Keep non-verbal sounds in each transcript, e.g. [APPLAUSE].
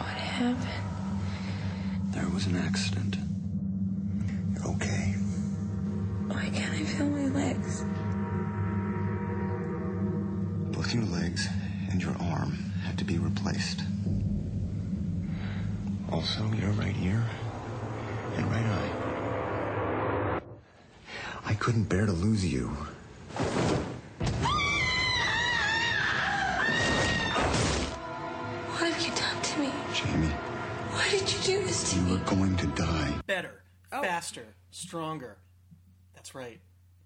happened? There was an accident. You're okay. Why can't I feel my legs? Both your legs and your arm had to be replaced. Also, your right ear and right eye. I couldn't bear to lose you. What have you done to me? Jamie, Why did you do this to you me? are going to die. better, Oh. faster, stronger. That's right.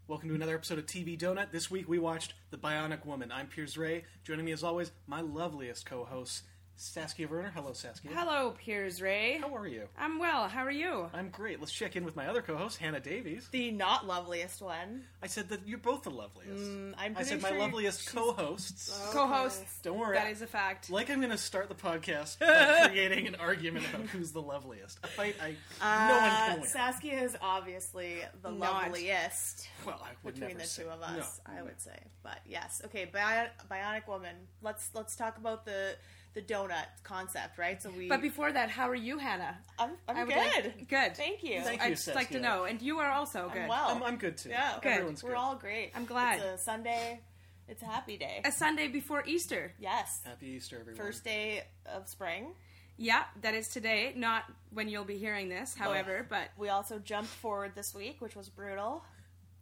Welcome to another episode of TV Donut. This week we watched The Bionic Woman. I'm Piers Ray. Joining me as always, my loveliest co-host, Saskia Werner. Hello, Saskia. Hello, Piers Ray. How are you? I'm well. How are you? I'm great. Let's check in with my other co-host, Hannah Davies. the not loveliest one. I said that you're both the loveliest. Mm, I'm I pretty said my sure loveliest co-hosts. Co-hosts. Don't worry. That is a fact. like I'm going to start the [LAUGHS] podcast by creating an argument about who's the loveliest. A fight I no one Uh, can win. Saskia is obviously the Not. loveliest well, I would between never the say- two of No. us. I Mm-hmm. would say, but yes, okay. Bion- Bionic Woman. Let's let's talk about the the donut concept, right? So we. But before that, how are you, Hannah? I'm, I'm I would good. like- good. Thank you. Thank I'd you, just like to Saskia. know, and you are also good. I'm well. I'm, I'm good too. yeah, Good. Everyone's We're good. all great. I'm glad. It's a Sunday. It's a happy day. A Sunday before Easter. Yes. Happy Easter, everyone. First day of spring. Yeah, that is today. Not when you'll be hearing this, however, but We also jumped forward this week, which was brutal.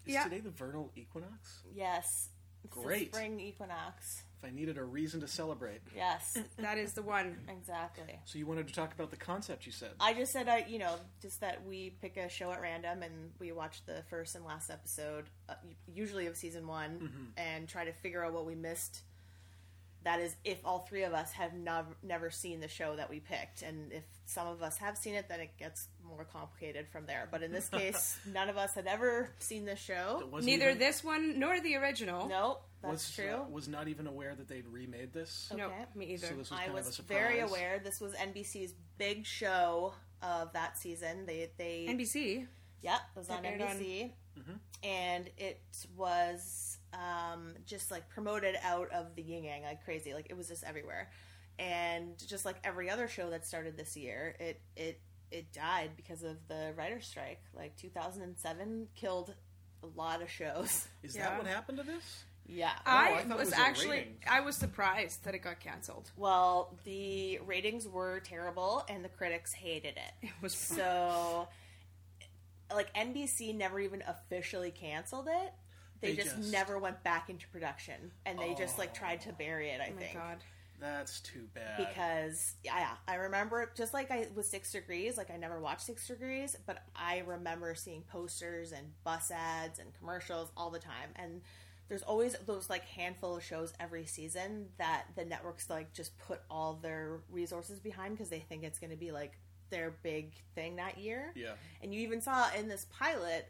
Is Yeah. today the vernal equinox? Yes. It's the Great. spring equinox. If I needed a reason to celebrate. [CLEARS THROAT] Yes. that is the one. [LAUGHS] Exactly. So you wanted to talk about the concept you said. I just said, uh, you know, just that we pick a show at random and we watch the first and last episode, uh, u- usually of season one, Mm-hmm. and try to figure out what we missed. That is, if all three of us have nov- never seen the show that we picked, and if some of us have seen it, then it gets more complicated from there. But in [LAUGHS] this case, none of us had ever seen the show. Wasn't Neither even- this one nor the original. No, was, that's true. uh, was not even aware that they'd remade this. No, Okay. me either. Uh, So this was I kind of a was surprise. very aware this was NBC's big show of that season. They they Oh, NBC. Yep, it was That on aired NBC. And it was um, just like promoted out of the yin yang like crazy. Like it was just everywhere. And just like every other show that started this year, it it it died because of the writer's strike. Like 2007 killed a lot of shows. [LAUGHS] Is Yeah. that what happened to this? Yeah. I I, thought it was was a actually rating. I was surprised that it got canceled. Well, the ratings were terrible and the critics hated it. It was So, like NBC never even officially canceled it. They, They just, just- never went back into production, and they just like tried to bury it. I Oh my think god. That's too bad. because yeah, I remember it just like I with Six Degrees. Like I never watched Six Degrees, but I remember seeing posters and bus ads and commercials all the time. And there's always those like handful of shows every season that the networks like just put all their resources behind because they think it's going to be like their big thing that year. Yeah. And you even saw in this pilot,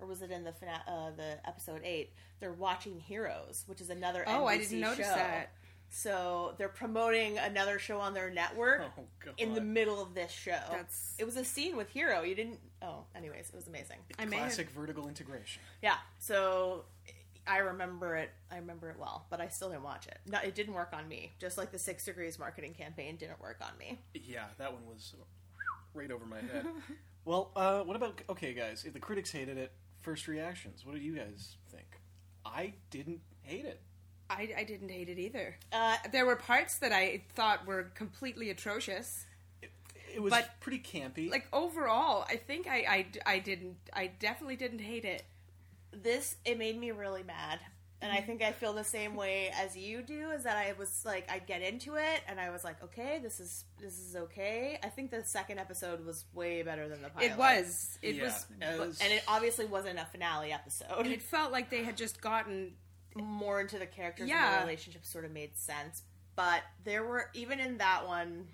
or was it in the fina- uh, the episode eight? They're watching Heroes, which is another. Oh, I NBC didn't notice show. that. So they're promoting another show on their network [LAUGHS] Oh, God. in the middle of this show. That's- It was a scene with Hero. You didn't. Oh, anyways, it was amazing. I may have Classic vertical integration. Yeah. So I remember it. I remember it well, but I still didn't watch it. No, it didn't work on me. Just like the Six Degrees marketing campaign didn't work on me. Yeah, that one was right over my [LAUGHS] head. well, uh, what about okay, guys? If the critics hated it, first reactions. What do you guys think? I didn't hate it. I, I didn't hate it either. Uh, There were parts that I thought were completely atrocious. It was But- pretty campy. Like overall, I think I, I d- I didn't I definitely didn't hate it. this it made me really mad and i think i feel the same way as you do is that i was like i'd get into it and i was like okay this is this is okay i think the second episode was way better than the pilot It was it yeah, was as- and it obviously wasn't a finale episode it felt like they had just gotten more into the characters and Yeah. the relationship sort of made sense but there were even in that one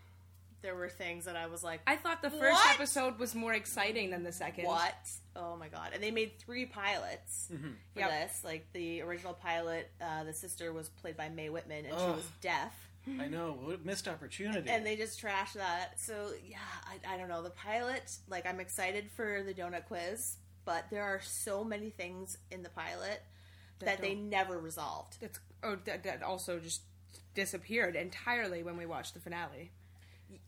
there were things that i was like I thought the first What? episode was more exciting than the second. What? Oh my god! And they made three pilots for Yep. this. Like the original pilot, uh, the sister was played by Mae Whitman, and she Ugh. was deaf. I know, what a missed opportunity. And they just trashed that. So yeah, I, I don't know. The pilot, like, I'm excited for the donut quiz, but there are so many things in the pilot that, they don't- never resolved. That's oh that, that also just disappeared entirely when we watched the finale.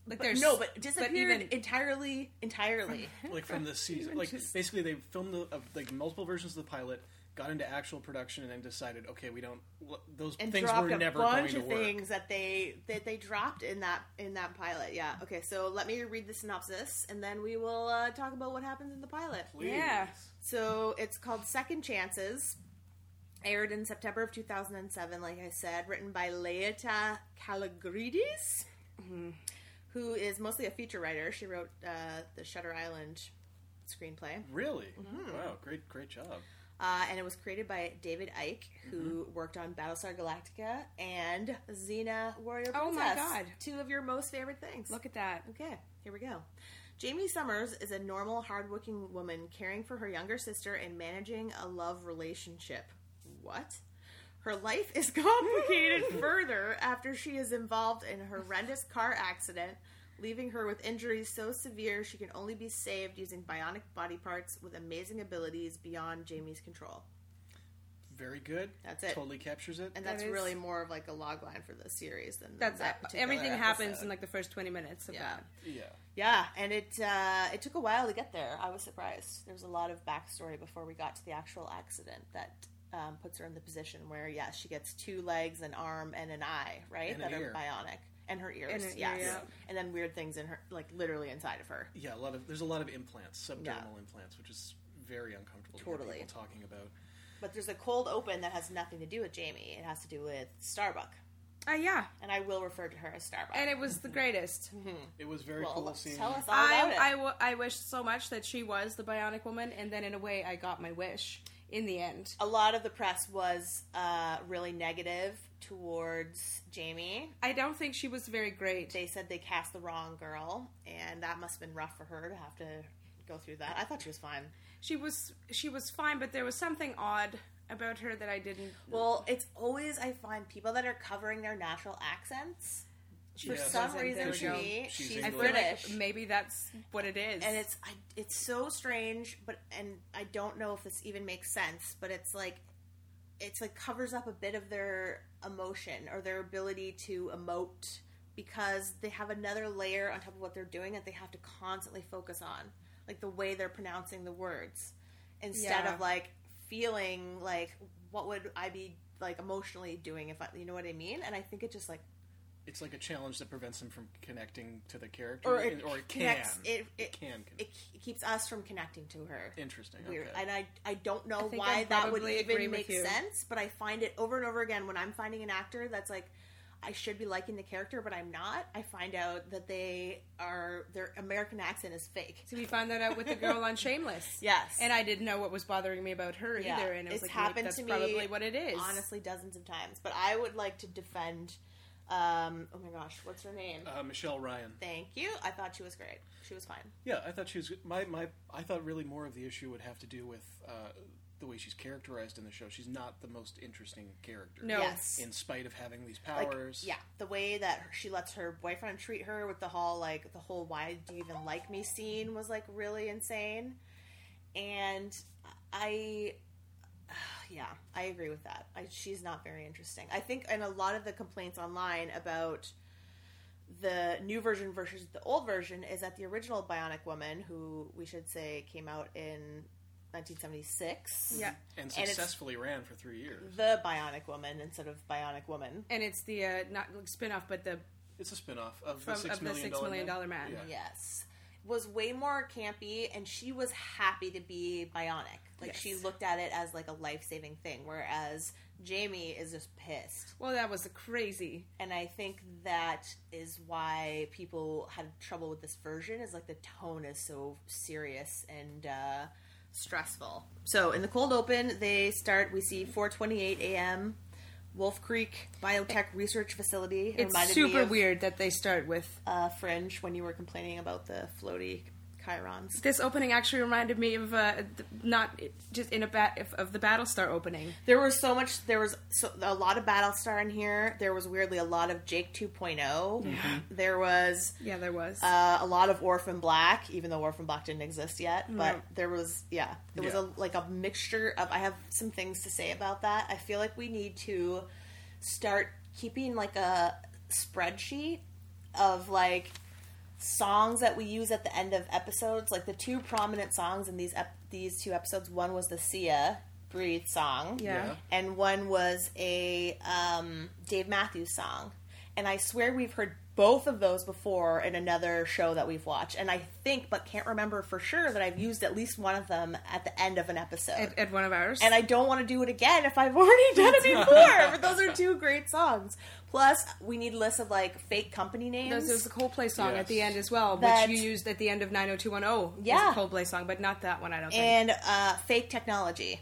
Like But there's no, but disappeared even- entirely, entirely. [LAUGHS] like from the season. Like basically, they filmed the, of, like multiple versions of the pilot, got into actual production, and then decided, okay, we don't. l- Those and things dropped were a never going bunch to of work. things that they that they dropped in that in that pilot. Yeah. Okay. So let me read the synopsis, and then we will uh, talk about what happens in the pilot. Please. Yeah. So it's called Second Chances. Aired in September of 2007, like I said, written by Leita Caligridis, Mm-hmm. who is mostly a feature writer. She wrote uh, the Shutter Island screenplay. Really? Mm-hmm. Wow, great, great job. Uh, and it was created by David Icke, who worked on Battlestar Galactica and Xena Warrior Oh my Princess. God. Two of your most favorite things. look at that. Okay, here we go. Jamie Summers is a normal, hardworking woman caring for her younger sister and managing a love relationship. What? Her life is [LAUGHS] complicated [LAUGHS] further after she is involved in a horrendous car accident, leaving her with injuries so severe she can only be saved using bionic body parts with amazing abilities beyond Jamie's control. Very good. That's it. Totally captures it. And That that's is- really more of like a log line for the series than That's that. that particular everything happens episode. in like the first twenty minutes of Yeah. that. yeah. Yeah, and it uh, it took a while to get there. I was surprised. There was a lot of backstory before we got to the actual accident that um, puts her in the position where, yeah, she gets two legs, an arm, and an eye, right? And that an are ear. bionic, and her ears, an ear, yes. yeah. And then weird things in her, like literally inside of her. Yeah, a lot of there's a lot of implants, subdermal Yeah. implants, which is very uncomfortable. to hear Totally. people talking about. But there's a cold open that has nothing to do with Jamie. It has to do with Starbuck, Uh, yeah, and I will refer to her as Starbuck. and it was the greatest. It was very well, cool let's seeing. tell us all about I, it. I, w- I wish so much that she was the Bionic Woman, and then in a way, I got my wish in the end. a lot of the press was uh, really negative towards Jamie. I don't think she was very great. they said they cast the wrong girl, and that must have been rough for her to have to go through that. I thought she was fine. She was she was fine, but there was something odd about her that I didn't. Well, it's always I find people that are covering their natural accents for Yeah. some Wasn't, reason there to we go. me She's she's, I feel We're like, British. maybe that's what it is. and it's I, it's so strange, but and I don't know if this even makes sense, but it's like it's like covers up a bit of their emotion or their ability to emote because they have another layer on top of what they're doing that they have to constantly focus on, like the way they're pronouncing the words, instead Yeah. of like feeling like what would I be like emotionally doing if I, you know what I mean? And I think it just like It's like a challenge that prevents him from connecting to the character, or it, or it can. connects it it, can connect. it ke- keeps us from connecting to her. Interesting. weird. Okay. And I I don't know think why I that would probably agree even with make you. sense, but I find it over and over again when I'm finding an actor that's like I should be liking the character, but I'm not. I find out that they are their American accent is fake. so we found that out with the girl [LAUGHS] on Shameless. Yes. and I didn't know what was bothering me about her Yeah. either, and it was It's like, like happened that's to me, probably what it is. Honestly, dozens of times. But I would like to defend. Um, oh my gosh, what's her name? uh, Michelle Ryan. Thank you. I thought she was great. She was fine. Yeah, I thought she was my my. I thought really more of the issue would have to do with uh, the way she's characterized in the show. She's not the most interesting character. No. Yes. in spite of having these like, powers. yeah, the way that she lets her boyfriend treat her with the whole like the whole "why do you even like me" scene was like really insane, and I, [SIGHS] yeah, I agree with that. I, she's not very interesting. I think, and a lot of the complaints online about the new version versus the old version is that the original Bionic Woman, who we should say came out in 1976, yeah, and it's- Mm-hmm. successfully ran for three years. the Bionic Woman instead of Bionic Woman. and it's the uh, not like, spin-off, but the It's a spin-off of From- the six of the million Six Million dollar Dollar Man. Yeah. Yes. Was way more campy and she was happy to be bionic. Like she Yes. looked at it as like a life saving thing, whereas Jamie is just pissed. well, that was crazy. And I think that is why people had trouble with this version is like the tone is so serious and uh stressful. So in the cold open they start we see four twenty eight AM Wolf Creek Biotech Research Facility. It It's reminded me super of, weird that they start with Uh, Fringe when you were complaining about the floaty chirons. This opening actually reminded me of uh, th- not it- just in a bat if- of the Battlestar opening. There was so much. There was so, a lot of Battlestar in here. There was weirdly a lot of Jake 2.0. There was Yeah, there was. uh, a lot of Orphan Black, even though Orphan Black didn't exist yet. But No. there was, yeah, it was Yeah. a, like a mixture of. I have some things to say about that. I feel like we need to start keeping like a spreadsheet of like songs that we use at the end of episodes, like the two prominent songs in these ep- these two episodes, one was the Sia Breathe song, Yeah. Yeah. and one was a um, Dave Matthews song. And I swear we've heard both of those before in another show that we've watched. And I think, but can't remember for sure, that I've used at least one of them at the end of an episode. At, at one of ours. and I don't want to do it again if [LAUGHS] I've already done it before. but those are two great songs. Plus, we need lists of like fake company names. there's, there's the Coldplay song at the Yes. end as well, That- which you used at the end of 90210. Yeah. It's a Coldplay song, but not that one, I don't think. and uh, fake technology.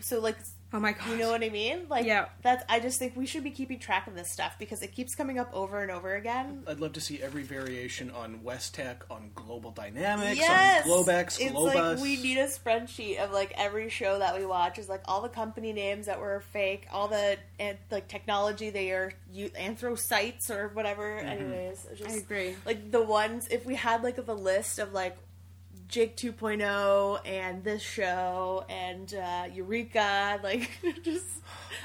So like, oh my god. you know what I mean? Like, Yeah. That's I just think we should be keeping track of this stuff because it keeps coming up over and over again. I'd love to see every variation on West Tech, on Global Dynamics, Yes, on Globex, it's Globus. like we need a spreadsheet of like every show that we watch is like all the company names that were fake, all the and, like technology they are you, anthro sites or whatever. Mm-hmm. Anyways, just, I agree. Like the ones if we had like the list of like Jig 2.0 and this show and uh, Eureka, like [LAUGHS] just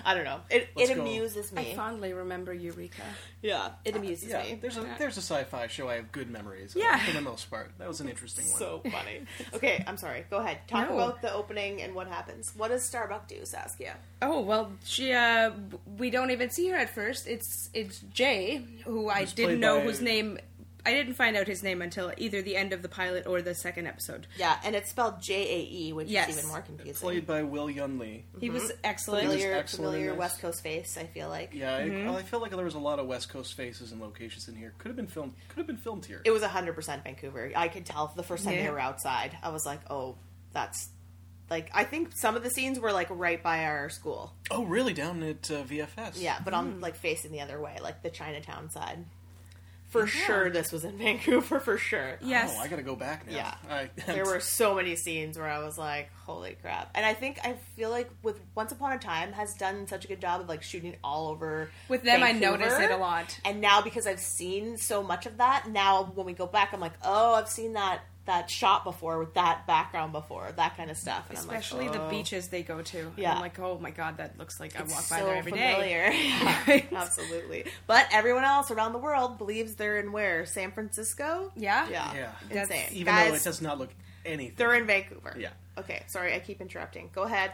I don't know. It Let's it go. amuses I me. fondly remember Eureka. yeah, it amuses yeah, me. there's a there's a sci-fi show I have good memories. of, Yeah. for the most part, that was an interesting one. So funny. Okay, I'm sorry. Go ahead. Talk No. about the opening and what happens. What does Starbuck do, Saskia? Oh well, she. Uh, b- we don't even see her at first. It's it's Jay, who I Who's played didn't know by- whose name. I didn't find out his name until either the end of the pilot or the second episode. Yeah, and it's spelled J A E, which Yes. is even more confusing. Played by Will Yunley. He was excellent. Mm-hmm. familiar, excellent in familiar this. West Coast face. I feel like Yeah, I- I, feel like there was a lot of West Coast faces and locations in here. Could have been filmed. Could have been filmed here. it was hundred percent Vancouver. I could tell the first time they Yeah. were outside. I was like, oh, that's like I think some of the scenes were like right by our school. oh, really? Down at uh, VFS. Yeah, but Hmm. I'm like facing the other way, like the Chinatown side. For sure, this was in [LAUGHS] Vancouver. For sure. Yes. Oh, I gotta go back now. Yeah. I, [LAUGHS] there were so many scenes where I was like, "Holy crap!" And I think I feel like with Once Upon a Time has done such a good job of like shooting all over. With them, I Vancouver. notice it a lot. and now because I've seen so much of that, now when we go back, I'm like, "Oh, I've seen that that shot before with that background before, that kind of stuff." And Especially I'm like, oh. the beaches they go to. Yeah. I'm like, oh my god, that looks like I "Oh, walk it's by so there every day. familiar. [LAUGHS] [LAUGHS] Right? Absolutely, but everyone else around the world believes they're in where San Francisco. Yeah? yeah, Yeah. That's- insane. Even though it Guys, does not look anything. they're in Vancouver. Yeah. Okay, sorry, I keep interrupting. Go ahead.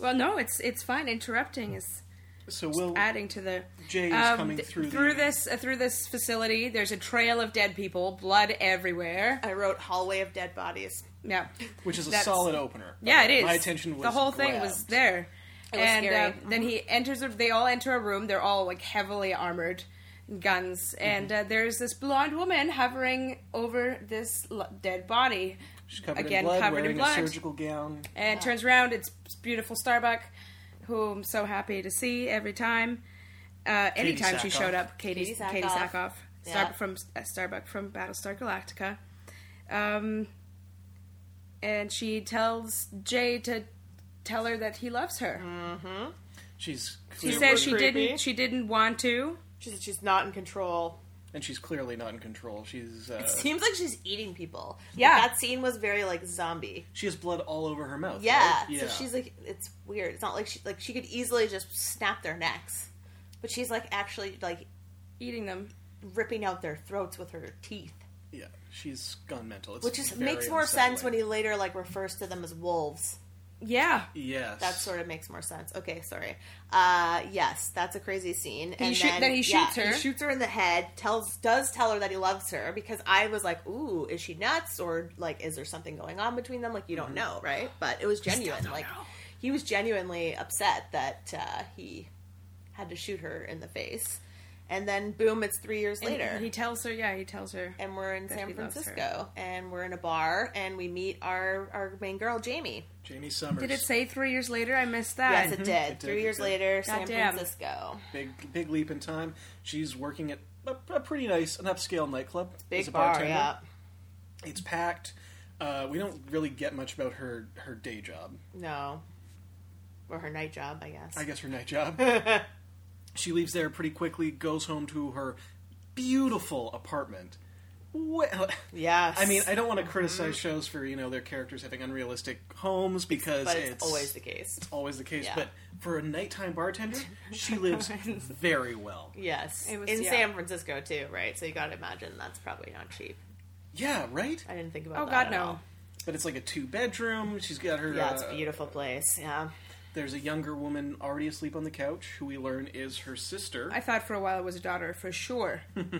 Well, no, it's it's fine. Interrupting is so Will adding to the Jay is Um, coming th- through the- this uh, through this facility. There's a trail of dead people, blood everywhere. I wrote Hallway of Dead Bodies. Yeah, which is a that's- solid opener. yeah, it is. My attention was the whole thing was grabbed. there. was and scary. uh, then he enters. A, they all enter a room. They're all like heavily armored, guns, Mm-hmm. and uh, there's this blonde woman hovering over this l- dead body. She's covered again, in blood, covered in wearing blood. a surgical gown. and turns around. It's beautiful Starbuck, who I'm so happy to see every time. Uh, anytime she Sackhoff. showed up, Katie, Katie Katie Sackhoff. Sackhoff, Star- Yeah. from uh, Starbuck from Battlestar Galactica, um, and she tells Jay to tell her that he loves her. She's She clearly, says she creepy. didn't. She didn't want to. She said she's not in control. and she's clearly not in control. She's uh, Seems like she's eating people. Yeah. Like, that scene was very like zombie. she has blood all over her mouth. Yeah. right? Oh, yeah. So she's like, it's weird. It's not like she like she could easily just snap their necks, but she's like actually like Eating them. ripping out their throats with her teeth, yeah, she's gone mental. It's which is very makes more sense unsettling. when he later like refers to them as wolves. Yeah, Yes, That sort of makes more sense. Okay, sorry. Uh, yes, that's a crazy scene. And shoot- then he shoots her. He shoots her in the head. Tells does tell her that he loves her because I was like, ooh, is she nuts or like is there something going on between them? Like you Mm-hmm. don't know, right? But it was genuine. Like he was genuinely upset that uh, he had to shoot her in the face, and then boom, it's three years And later. he tells her. Yeah, he tells her. and we're in San he loves her. Francisco, and we're in a bar, and we meet our, our main girl, Jamie. Jamie Summers. Did it say three years later? I missed that. Yes, it did. It did, Three it years did. later, San Mm-hmm. Goddamn. Francisco. big big leap in time? She's working at a, a pretty nice, an upscale nightclub. Big as a bar, bartender. yeah. It's packed. Uh, we don't really get much about her her day job. No. Or her night job, I guess. I guess her night [LAUGHS] job. she leaves there pretty quickly, goes home to her beautiful apartment. Well, Yes. I mean, I don't Mm-hmm. want to criticize shows for you know their characters having unrealistic homes because but it's, it's, always the case. always the case. yeah. But for a nighttime bartender, [LAUGHS] she lives very well. Yes. It was- in yeah. San Francisco, too, right? So you gotta imagine that's probably not cheap. Yeah, right. I didn't think about Oh that. God, at no. all. But it's like a two bedroom. She's got her. Yeah, it's uh, a beautiful [LAUGHS] place. Yeah. There's a younger woman already asleep on the couch, who we learn is her sister. I thought for a while it was a daughter for sure. Really?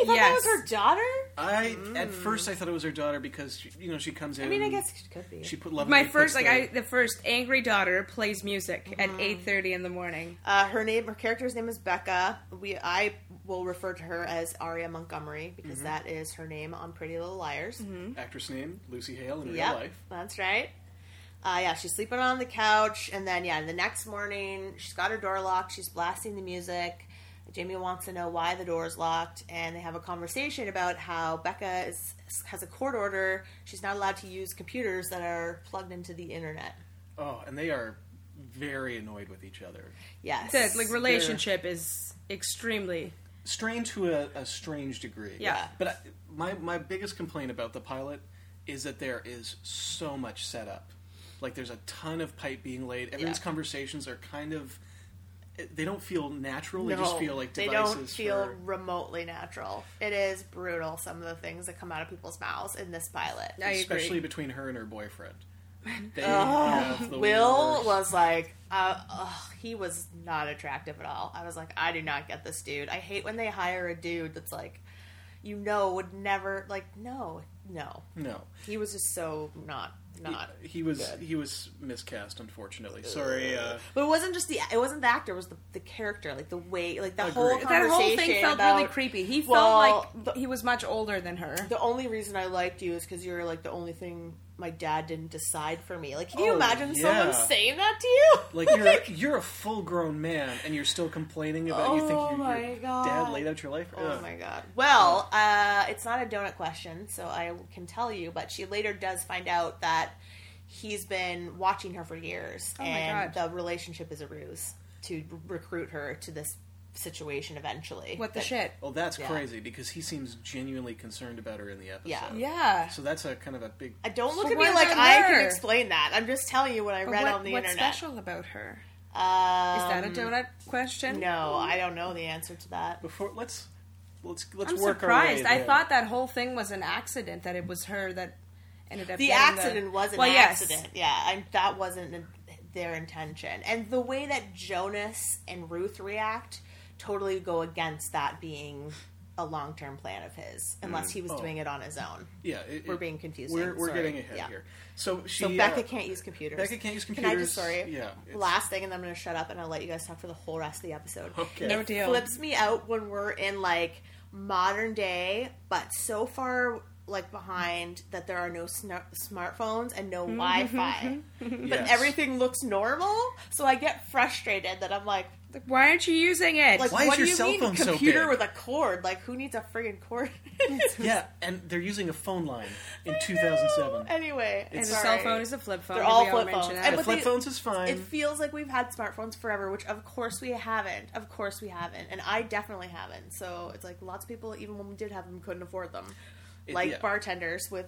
You thought Yes. that was her daughter? I at first I thought it was her daughter because she, you know she comes in. Mm. I mean, I guess it could be. Um, she put love. in My her first, like, puts I the- the first angry daughter plays music at eight thirty in the morning. Uh, her name, her character's name is Becca. We, I will refer to her as Aria Montgomery because Mm-hmm. that is her name on Pretty Little Liars. actress name Lucy Hale in Yep, real life. that's right. Uh, yeah, she's sleeping on the couch, and then yeah, the next morning she's got her door locked. She's blasting the music. Jamie wants to know why the door is locked, and they have a conversation about how Becca is, has a court order. She's not allowed to use computers that are plugged into the internet. Oh, and they are very annoyed with each other. Yes, The like relationship is extremely Strained to a, a strange degree. Yeah. But I, my my biggest complaint about the pilot is that there is so much setup. Like there's a ton of pipe being laid. Everyone's Yeah. conversations are kind of they don't feel natural. they No, just feel like they devices. don't feel for- remotely natural. It is brutal. Some of the things that come out of people's mouths in this pilot. I especially agree. between her and her boyfriend. [LAUGHS] They have the Will worst- was like, uh, ugh, he was not attractive at all. I was like, I do not get this dude. I hate when they hire a dude that's like, you know, would never like, no, no. no. He was just so not, not. He was he was miscast, unfortunately. Sorry. [LAUGHS] Uh, But it wasn't just the it wasn't the actor, it was the, the character, like the way, like the whole Agreed. that conversation whole thing felt about, really creepy. He felt well, like the- he was much older than her. the only reason I liked you is because you're like the only thing my dad didn't decide for me. Like, can you Oh, imagine yeah. someone saying that to you? like you're a, you're a full grown man and you're still complaining about you think Oh you, my your God. dad laid out your life. Oh Ugh. my god. Well, uh, it's not a donut question, so I can tell you, but she later does find out that he's been watching her for years Oh my and God. the relationship is a ruse to r- recruit her to this situation eventually. What the That- shit? Well, that's Yeah. crazy because he seems genuinely concerned about her in the episode. Yeah. Yeah. So that's a kind of a big. Uh, Don't look So at me why like not I can her? explain that. I'm just telling you what I But read what- on the what's internet. special about her? Um, Uh, Is that a donut question? no, I don't know the answer to that. Before let's let's let's I'm work surprised. our way I in. thought that whole thing was an accident. That it was her that ended up. the getting accident was an Well, yes. accident. Yeah, and that wasn't their intention. And the way that Jonas and Ruth react totally go against that being a long term plan of his, unless he was doing it on his own. Mm. Oh. Yeah, it- We're it- being confusing, We're, we're sorry. getting ahead Yeah. here. So she So Becca uh, can't use computers. Becca can't use Can I just computers. sorry? Yeah, it's- Last thing, and then I'm going to shut up, and I'll let you guys talk for the whole rest of the episode. [LAUGHS] Okay. No It deal. Flips me out when we're in like modern day, but so far like behind that there are no sna- smartphones and no Mm-hmm, Wi-Fi. But yes. everything looks normal, so I get frustrated that I'm like, Why aren't you using it? like, Why is what your do you cell mean phone so computer big? with a cord? Like, who needs a friggin' cord? [LAUGHS] Yeah, and they're using a phone line in 2007. anyway, and a sorry. cell phone is a flip phone. They're all We flip mention phones. that. And The but flip they- phones is fine. It feels like we've had smartphones forever, which of course we haven't. Of course we haven't, and I definitely haven't. So it's like lots of people, even when we did have them, couldn't afford them. It- like yeah. bartenders with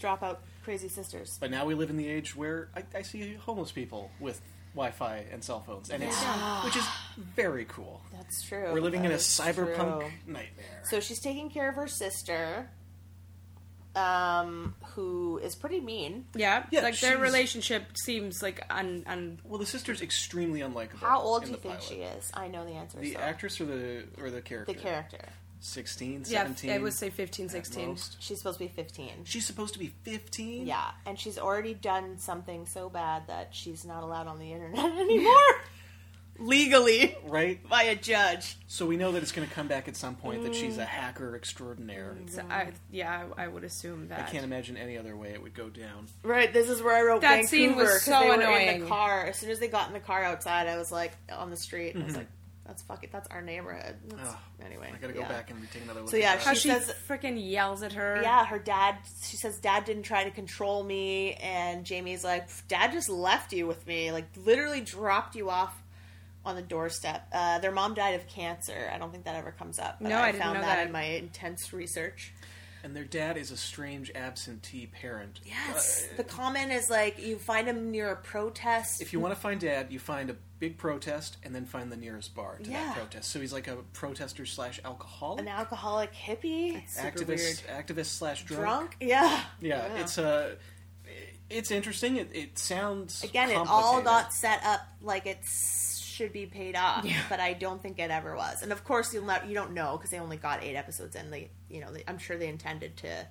dropout crazy sisters. But now we live in the age where I, I see homeless people with Wi-Fi and cell phones, and it's which is very cool. That's true. We're living in a That is cyberpunk true. nightmare. So she's taking care of her sister, um, who is pretty mean. yeah. Yeah, Like their she's- relationship seems like un, un well, the sister's extremely unlikable. How old in do you the think pilot. she is? I know the answer. The so. actress or the or the character? The character. 16, yeah. 17. I would say 15, 16. most. She's supposed to be fifteen. She's supposed to be 15. Yeah, and she's already done something so bad that she's not allowed on the internet [LAUGHS] anymore. Legally, Right. by a judge. So we know that it's going to come back at some point that Mm. she's a hacker extraordinaire. So I, yeah, I, I would assume that. I can't imagine any other way it would go down. Right, this is where I wrote That Vancouver, scene was 'cause so they were In annoying. the car, as soon as they got in the car outside, I was like on the street. And I was like, "That's fuck it. That's our neighborhood." That's- Mm-hmm. Ugh, anyway, I got to go yeah. back and take another look. So, yeah, at she- How that. she says- freaking yells at her. Yeah, her dad. She says dad didn't try to control me, and Jamie's like, "Dad just left you with me. Like literally dropped you off." On the doorstep, uh, their mom died of cancer. I don't think that ever comes up. but No, I didn't found know that, that. in my intense research. and their dad is a strange absentee parent. Uh, Yes, the comment is like you find him near a protest. If you want to find dad, you find a big protest and then find the nearest bar to Yeah. that protest. So he's like a protester slash alcoholic, An alcoholic hippie, super weird. activist, activist slash drunk. drunk. Yeah. Yeah, it's uh, it's interesting. It, it sounds Again, it all complicated. got set up like it s- should be paid off, but I don't think it ever was. And of course, you'll not, you don't know because they only got eight episodes, and they, you know, they, I'm sure they intended to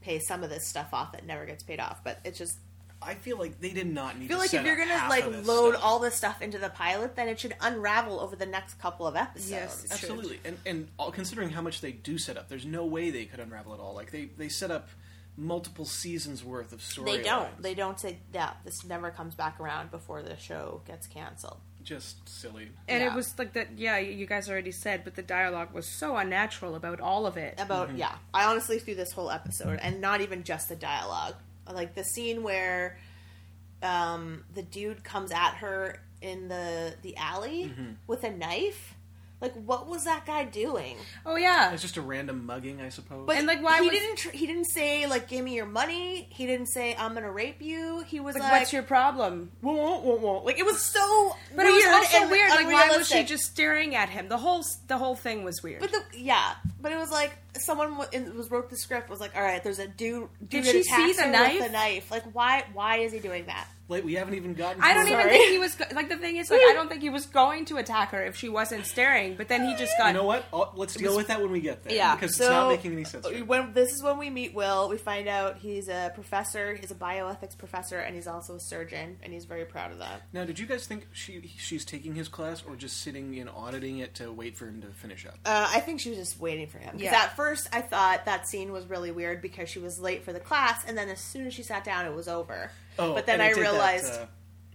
pay some of this stuff off that never gets paid off. But it's just I feel like they did not need. I feel to like set if you're up gonna half like of this load stuff. all this stuff into the pilot, then it should unravel over the next couple of episodes. Yes, it's true. Absolutely, and and all, considering how much they do set up, there's no way they could unravel it all. Like they they set up multiple seasons worth of story. They don't. They don't say yeah. This never comes back around before the show gets canceled. just silly. And Yeah. it was like that, yeah, you guys already said, but the dialogue was so unnatural about all of it. About yeah, I honestly through this whole episode, and not even just the dialogue, like the scene where um, the dude comes at her in the the alley with a knife. Like, what was that guy doing? Oh, yeah. It's just a random mugging, I suppose. But And, like, why he was- didn't tr- he didn't say like give me your money. He didn't say I'm gonna rape you. He was Like, like, what's your problem? Whoa, whoa, whoa, whoa. Like it was so But weird it was also and weird. Like, why was she unrealistic. just staring at him? The whole s- the whole thing was weird. But the, yeah, but it was like someone w- in- was wrote the script was like, all right, there's a dude. dude she attacks see the her with knife? The knife. Like why? Why is he doing that? Like, we haven't even gotten. I to don't the- even Sorry. think he was go- like the thing is like I don't think he was going to attack her if she wasn't staring. But then he just got You know what? Oh, let's deal with that when we get there. because it's not making any sense. right now. When this is when we meet Will, we find out he's a professor. He's a bioethics professor, and he's also a surgeon, and he's very proud of that. Now, did you guys think she she's taking his class or just sitting and auditing it to wait for him to finish up? Uh, I think she was just waiting for him. 'Cause Yeah. At first, I thought that scene was really weird because she was late for the class, and then as soon as she sat down, it was over. but Oh, and then it I did that, realized uh,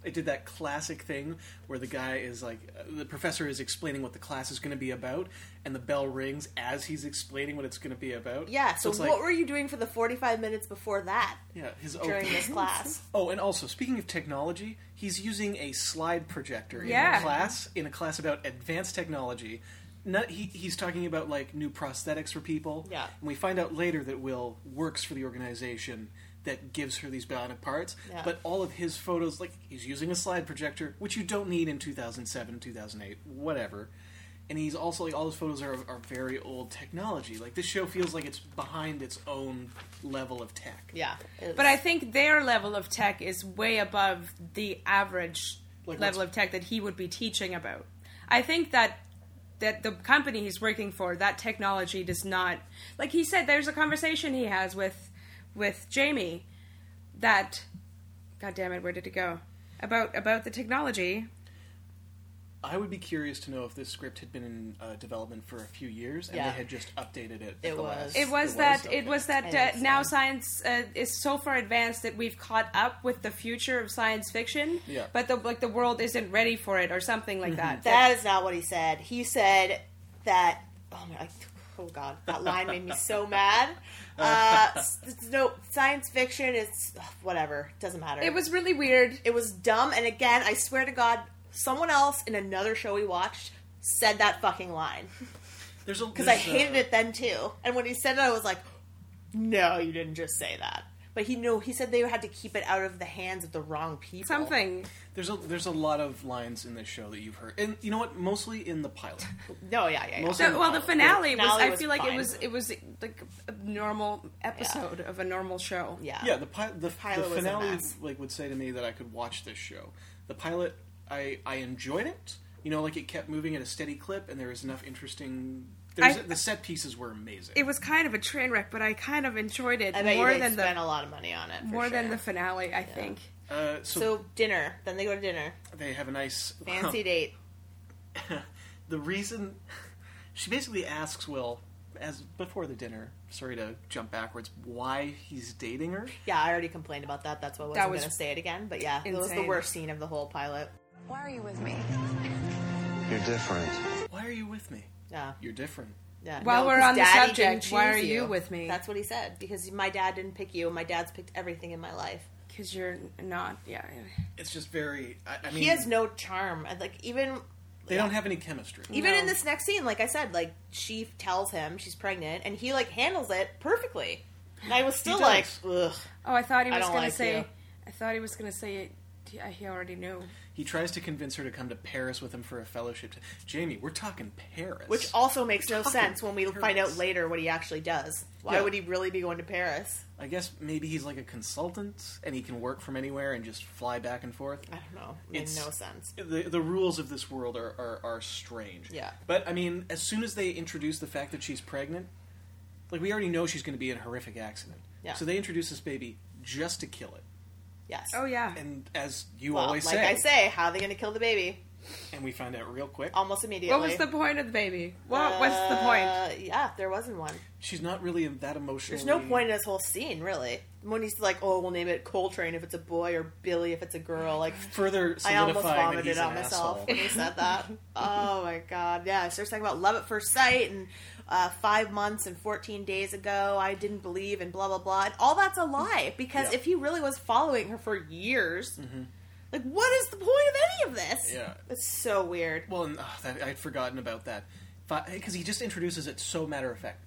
it did that classic thing where the guy is like, uh, the professor is explaining what the class is going to be about, and the bell rings as he's explaining what it's going to be about. Yeah, so, it's what like, were you doing for the 45 minutes before that yeah, his during opening. this class? [LAUGHS] Oh, and also speaking of technology, he's using a slide projector in Yeah. a class in a class about advanced technology. Not, he, he's talking about like new prosthetics for people. Yeah. and we find out later that Will works for the organization that gives her these bionic parts. Yeah. But all of his photos, like he's using a slide projector, which you don't need in 2007, 2008, whatever. And he's also like all his photos are are very old technology. Like this show feels like it's behind its own level of tech. Yeah. it But was- I think their level of tech is way above the average Like level what's- of tech that he would be teaching about. I think that that the company he's working for, that technology does not like he said there's a conversation he has with with Jamie that God damn it, where did it go? About about the technology. I would be curious to know if this script had been in uh, development for a few years and Yeah. they had just updated it. at It the was. last- It was that okay. it was I that think uh, now so. science uh, is so far advanced that we've caught up with the future of science fiction. Yeah. Mm-hmm. But the like the world isn't ready for it or something like that. that is not what he said. He said that. Oh my! Oh god, that line made me so mad. Uh, s- s- no, science fiction is ugh, whatever. Doesn't matter. It was really weird. It was dumb. And again, I swear to God, someone else in another show we watched said that fucking line There's a [LAUGHS] because I hated it then too. And when he said it, I was like, "No, you didn't just say that." But he knew. He said they had to keep it out of the hands of the wrong people. Something. There's a there's a lot of lines in this show that you've heard, and you know what? Mostly in the [LAUGHS] pilot. No, yeah, yeah. yeah. Most- So, well, the finale was. Finale I was feel like fine. it was. It was like a normal episode of a normal show. yeah. yeah, the pi- the, pilot was the a finale mess. like would say to me that I could watch this show. The pilot, I I enjoyed it. You know, like it kept moving at a steady clip, and there was enough interesting. There's, I- the set pieces were amazing. It was kind of a train wreck, but I kind of enjoyed it I bet more you they than spent the a lot of money on it. for more than sure. the finale. I think. uh, so, So dinner. Then they go to dinner. they have a nice Fancy [LAUGHS] date. the reason she basically asks Will as before the dinner. Sorry to jump backwards. Why he's dating her? Yeah, I already complained about that. That's why I wasn't That was going to say it again. But yeah, it was the insane. worst scene of the whole pilot. Why are you with me? You're different. Why are you with me? Yeah, You're different. yeah. While we're 'cause on the Daddy subject, didn't why are choose you with me? That's what he said because my dad didn't pick you. My dad's picked everything in my life. Because you're not. Yeah. It's just very. I, I mean, He has no charm. And, Like even they don't have any chemistry. even No. in this next scene, like I said, like she tells him she's pregnant, and he like handles it perfectly. And I was still like, does. ugh. Oh, I thought he I was don't going like to say. you. I thought he was going to say. Yeah, he already knew. He tries to convince her to come to Paris with him for a fellowship. Jamie, we're talking Paris. Which also makes no Fucking sense when we find out Paris. later what he actually does. Why Yeah. would he really be going to Paris? I guess maybe he's like a consultant and he can work from anywhere and just fly back and forth. I don't know. Made It's- no sense. The, the rules of this world are, are, are strange. Yeah. But, I mean, as soon as they introduce the fact that she's pregnant, like, we already know she's going to be in a horrific accident. Yeah. So they introduce this baby just to kill it. Yes. Oh yeah. And as you Well, like always say, I say, how are they going to kill the baby? and we find out real quick, Almost immediately. What was the point of the baby? What was the point? Uh, yeah, there wasn't one. she's not really that emotional. There's no Mm. point in this whole scene, really. When he's like, "Oh, we'll name it Coltrane if it's a boy, or Billy if it's a girl," like Further I solidifying almost that he's vomited an on myself [LAUGHS] asshole. when he said [LAUGHS] that. oh my god, yeah. So starts talking about love at first sight and uh, five months and fourteen days ago, I didn't believe and blah blah blah. And all that's a lie because Yeah. Mm-hmm. if he really was following her for years, like what is the point of any of this? Yeah. it's so weird. Well, and, ah, that, I'd forgotten about that. Because he just introduces it so matter of fact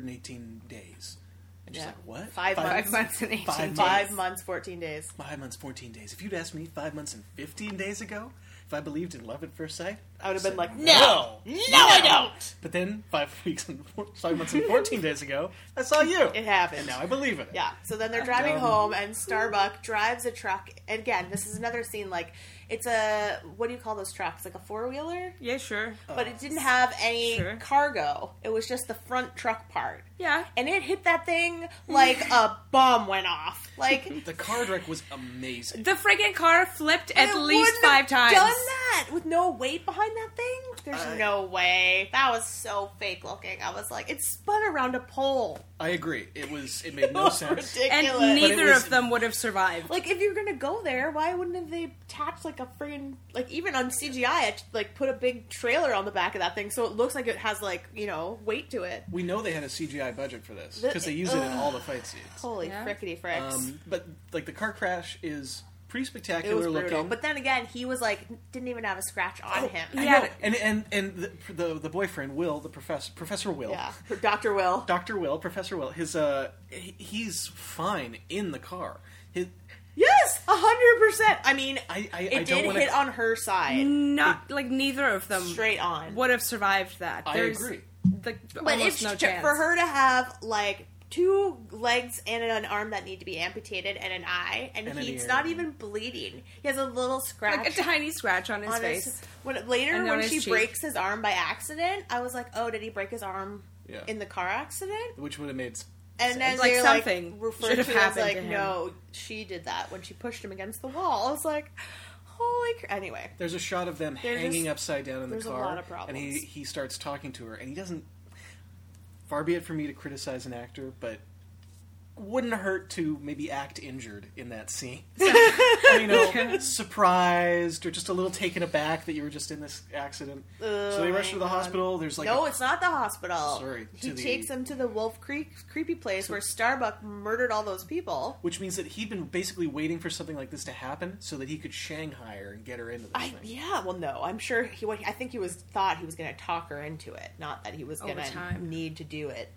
518 days. And she's Yeah. like, what? Five Five months and eighteen Five days. [LAUGHS] Five months, fourteen days. Five months, 14 days. If you'd asked me five months and 15 days ago if I believed in love at first sight, I would have said, been like, no, no, I don't. But then five [LAUGHS] weeks and four, five months and 14 days ago, I saw you. It happened. And now I believe in it. Yeah. So then they're driving Um, home, and Starbuck drives a truck. And again, this is another scene. Like it's a what do you call those trucks? Like a four wheeler, Yeah, sure. but it didn't have any Oh, Sure. cargo. It was just the front truck part. Yeah. And it hit [LAUGHS] that thing like a bomb went off. Like The card wreck was amazing. The friggin' car flipped [LAUGHS] at it least wouldn't five have times. Done that with no weight behind that thing. There's Uh, no way. That was so fake looking. I was like, it spun around a pole. I agree. It was. It [LAUGHS] made no It was sense. And Ridiculous. neither was- of them would have survived. Like, if you're gonna go there, why wouldn't have they attached like a friggin' like even on CGI, I, like put a big trailer on the back of that thing so it looks like it has like you know weight to it. We know they had a CGI budget for this The- because they use it in all the fight scenes. Holy Yeah. frickety fricks! Um, but like the car crash is pretty it was spectacular brutal. looking. Oh, But then again, he was like didn't even have a scratch on him. I Yeah. know. and and and the, the the boyfriend Will, the professor Professor Will, Yeah, Doctor Will. Doctor Will, Professor Will, his uh, he, he's fine in the car. His, Yes, a hundred percent. I mean, I- I- it I don't did wanna- Mm. hit on her side, Not like neither of them straight on. would have survived that. I There's, agree. Like, But almost if no sh- chance. for her to have like two legs and an arm that need to be amputated and an eye, and, And an he's ear. not even bleeding. He has a little scratch. like a tiny scratch on his on face. his when later And on when his she cheek. breaks his arm by accident, I was like, "Oh, did he break his arm Yeah. in the car accident?" which would have made s- And then Like, they something like, referred should to have it as happened like, to him. "No, she did that when she pushed him against the wall." I was like, "Holy!" Cr-. Anyway, There's a shot of them There's hanging just- upside down in the there's a car, lot of problems. and he he starts talking to her, and he doesn't. Far be it for me to criticize an actor, but wouldn't hurt to maybe act injured in that [LAUGHS] scene. you know, surprised or just a little taken aback that you were just in this accident. so they Oh rush my to the God. hospital. There's like no, a- it's not the hospital. Sorry, he to the- takes him to the Wolf Creek creepy place where Starbuck murdered all those people. which means that he'd been basically waiting for something like this to happen so that he could Shanghai her and get her into this I, thing. yeah, well, no, I'm sure he. What, I think he was thought he was going to talk her into it, not that he was Over going to time. need to do it.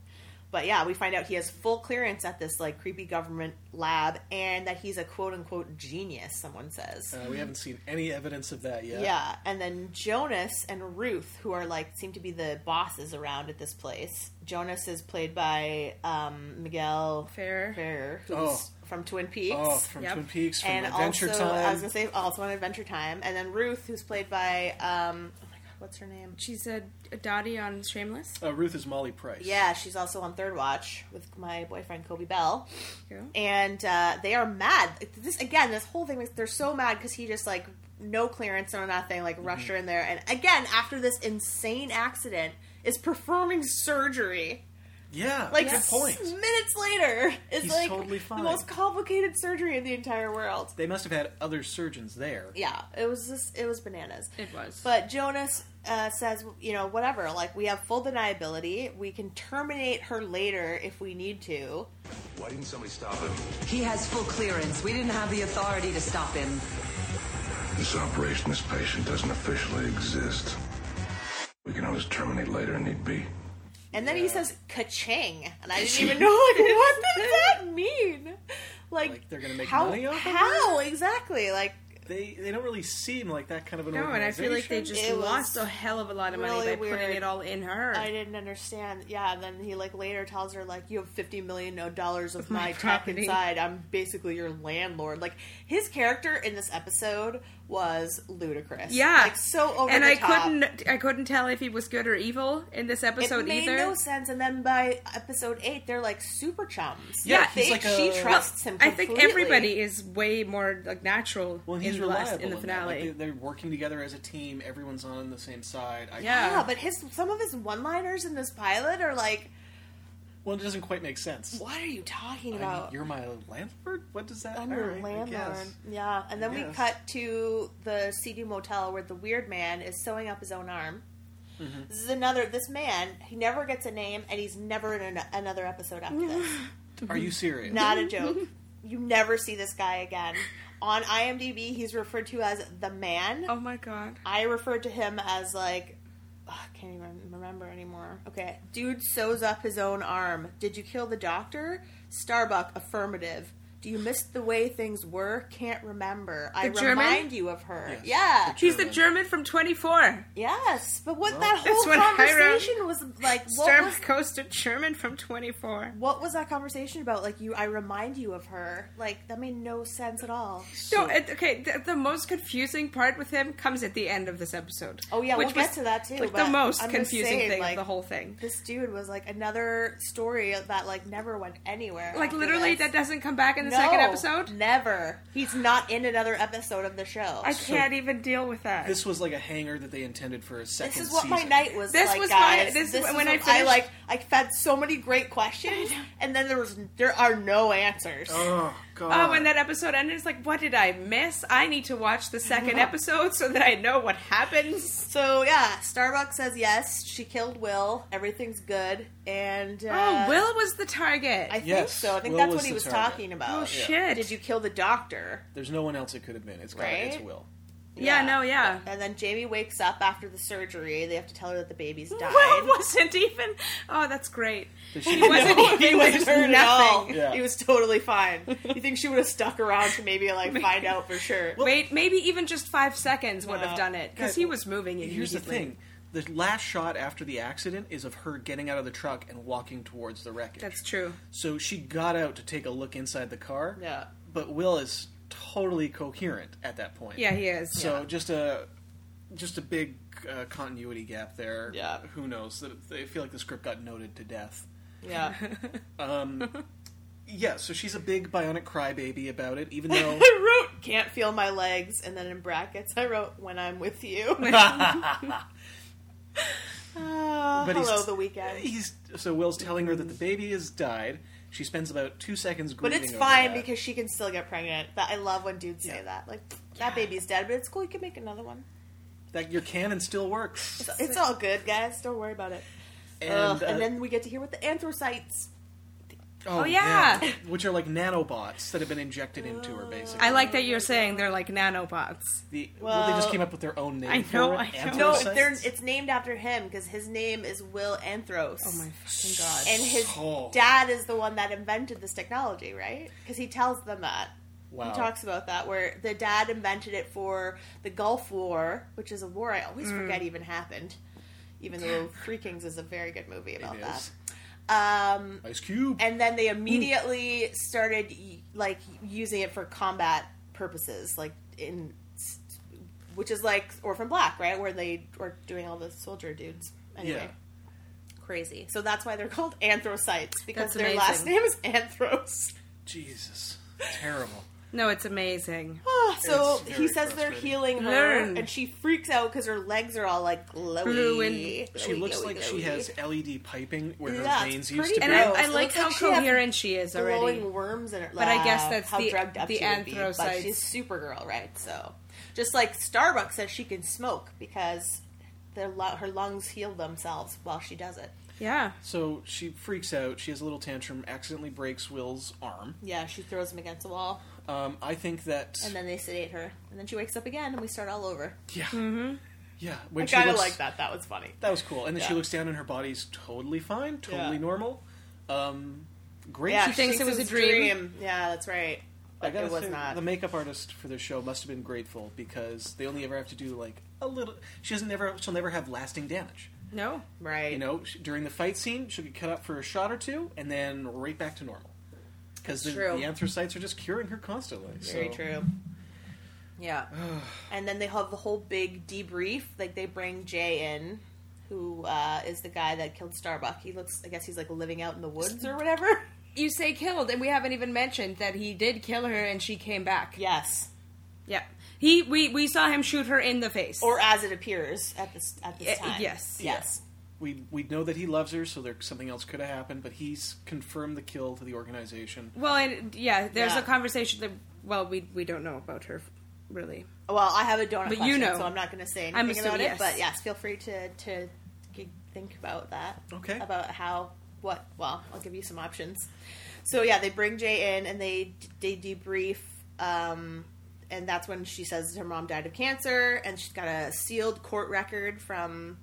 But yeah, we find out he has full clearance at this like creepy government lab, and that he's a quote unquote genius. Someone says. Oh. Uh, we haven't seen any evidence of that yet. Yeah, and then Jonas and Ruth, who are like seem to be the bosses around at this place. Jonas is played by um, Miguel Ferrer. Ferrer, who's Oh. from Twin Peaks, Oh, from Yep. Twin Peaks, from and Adventure also I was Time. gonna say oh, also on Adventure Time, and then Ruth, who's played by um, oh my god, what's her name? She's a, a dotty on Shameless. Uh, Ruth is Molly Price. Yeah, she's also on Third Watch with my boyfriend Kobe Bell. Yeah. and uh, they are mad. This again, this whole thing, they're so mad because he just like no clearance on nothing, like Mm-hmm. rushed her in there, and again after this insane accident, is performing surgery. yeah. Like good s- point. minutes later, is He's like totally fine. the most complicated surgery in the entire world. They must have had other surgeons there. Yeah, it was just it was bananas. It was. But Jonas uh, says, you know, whatever. Like we have full deniability. We can terminate her later if we need to. Why didn't somebody stop him? He has full clearance. We didn't have the authority to stop him. This operation, this patient doesn't officially exist. We can always terminate later, need be. And then he says "kaching," and I didn't even know like what does that mean? Like, Like they're gonna make how, money off of How exactly? Like they they don't really seem like that kind of an No, and I organization. feel like they just It was lost a hell of a lot of money really by weird. putting it all in her. I didn't understand. Yeah, and then he like later tells her like you have fifty million no dollars of my my, tech property." inside. I'm basically your landlord. Like his character in this episode was ludicrous. yeah, like so over and the I top. couldn't, I couldn't tell if he was good or evil in this episode it made either. no sense. And then by episode eight, they're like super chums. Yeah, Like, he's they- like a- she trusts him. I think Completely. everybody is way more like natural Well, in he's the last, reliable in the that. Like, finale. they- they're working together as a team. Everyone's on the same side. I, Yeah. Yeah, but his some of his one-liners in this pilot are like, Well, it doesn't quite make sense. "What are you talking I mean, about?" you're my landlord. What does that? I'm all your right, I landlord. guess. Yeah, and then we guess. cut to the seedy motel where the weird man is sewing up his own arm. Mm-hmm. This is another. This man, he never gets a name, and he's never in an, another episode after [LAUGHS] this. Are you serious? Not a joke. You never see this guy again. On IMDb, he's referred to as the man. oh my god! I referred to him as like. ugh, I can't even remember anymore. Okay. Dude sews up his own arm. Did you kill the doctor? Starbuck, affirmative. Do you miss the way things were? Can't remember. I The German? remind you of her. The Yeah. He's the German from Twenty Four. Yes. But what that whole That's what I wrote. conversation was like, what Star was, Coast German from Twenty Four. what was that conversation about? Like, you, I remind you of her. Like, that made no sense at all. No, it, okay. The, the most confusing part with him comes at the end of this episode. Oh, yeah, which we'll get was, to that, too, Like the but most I'm just confusing saying, thing like- of the whole thing. This dude was like another story that like never went anywhere. Like after literally, this. that doesn't come back in the No, second episode. Never. He's not in another episode of the show. I can't even deal with that. This was like a hanger that they intended for a second this is what my season. night was This like, was my- guys. this- is when what I I, finished- like, I had so many great questions, and then there was there are no answers. Oh God! uh, oh, when that episode ended, it's like, what did I miss? I need to watch the [LAUGHS] second episode so that I know what happens. So yeah, Starbuck says yes, she killed Will. Everything's good, and uh, oh, Will was the target. I think Yes, so. I think Will that's was what he the was target. talking about. oh shit! Did you kill the doctor? There's no one else it could have been. It's got it's Right? Will. Yeah, no, yeah. And then Jamie wakes up after the surgery. They have to tell her that the baby's died. [LAUGHS] Will wasn't even. Oh, that's great. Does she- wasn't even- he there's wasn't hurt at all. nothing. Yeah. He was totally [LAUGHS] fine. You think she would have stuck around to maybe like find out for sure? Wait, maybe even just five seconds would have Well, done it because guys, he was moving immediately. Here's the thing. The last shot after the accident is of her getting out of the truck and walking towards the wreckage. That's true. So she got out to take a look inside the car. Yeah. But Will is totally coherent at that point. Yeah, he is. So just a just a big uh, continuity gap there. Yeah. Who knows? That- They feel like the script got noted to death. Yeah, [LAUGHS] Yeah. So she's a big bionic crybaby about it, [LAUGHS] even though I wrote "can't feel my legs" and then in brackets I wrote "when I'm with [LAUGHS] you." Ah, But he's- hello, the weekend. he's so Will's telling her that the baby has died. She spends about two seconds But grieving. it's over fine that. because she can still get pregnant. That I love when dudes say Yeah. that. Like that baby's dead, but it's cool. You can make another one. that your canon still works. It's, it's all good, guys. Don't worry about it. And, Ugh, uh, and then we get to hear what the anthrocytes. oh, yeah. which are like nanobots that have been injected into her. Basically, I like that you're saying they're like nanobots. The, well, they just Well- came up with their own name. I For know, it, I know. No, anthrocytes? they're, it's named after him because his name is Will Anthros. Oh my fucking god! and his So- dad is the one that invented this technology, right? Because he tells them that. Wow. He talks about that, where the dad invented it for the Gulf War, which is a war I always forget even happened, even [LAUGHS] though Three Kings is a very good movie about It that. is. Um, Ice Cube. and then Mm. they immediately started y- like using it for combat purposes like in which is like orphan black right where they were doing all the soldier dudes anyway crazy so that's why they're called anthrocytes because That's their last amazing. name is anthros [LAUGHS] Jesus, [LAUGHS] terrible. no, it's amazing. Ah, so It's he very says they're frustrating. healing her Learn. and she freaks out because her legs are all like glowy Blue and- glowy, She looks glowy, like she glowy. has LED piping where Yeah, her it's veins used pretty to And be. gross. I, I It like looks how like she has coherent she is already. glowing worms in her. But I guess lab, that's how the- drugged up the she would be, But anthrocytes. she's Supergirl, right? So, just like Starbucks says, she can smoke because their lu- her lungs heal themselves while she does it. Yeah. So she freaks out. She has a little tantrum. Accidentally breaks Will's arm. Yeah, she throws him against the wall, Um, I think that. and then they sedate her, and then she wakes up again, and we start all over. yeah. Yeah. When Mm-hmm. I she kind of looks- like that. That was funny. That was cool. And then she Yeah. looks down and her body's totally fine, totally Yeah. normal. Um, great. yeah, thinks it was a dream. Yeah, that's right. I but gotta it was say, not. the makeup artist for this show must have been grateful because they only ever have to do like a little. She doesn't never. She'll never have lasting damage. No. right. You know, she, during the fight scene, she'll get cut up for a shot or two, and then right back to normal. Because the, True. the anthracites are just curing her constantly. Very so. true. Yeah. and then they have the whole big debrief. Like they bring Jay in, who uh, is the guy that killed Starbuck. He looks. I guess he's like living out in the woods or whatever. You say killed, and we haven't even mentioned that he did kill her, and she came back. yes. Yeah. He we we saw him shoot her in the face. Or as it appears at this at this Y- time. yes. Yes. We we know that he loves her, so there something else could have happened. But he's confirmed the kill to the organization. well, and yeah, there's Yeah. a conversation that well we we don't know about her really. Well, I have a donut. But question, you know. so I'm not going to say anything I'm about assuming- it. yes. But yes, feel free to to g- think about that. Okay. About how what? Well, I'll give you some options. So yeah, they bring Jay in and they they debrief, um, and that's when she says her mom died of cancer, and she's got a sealed court record from.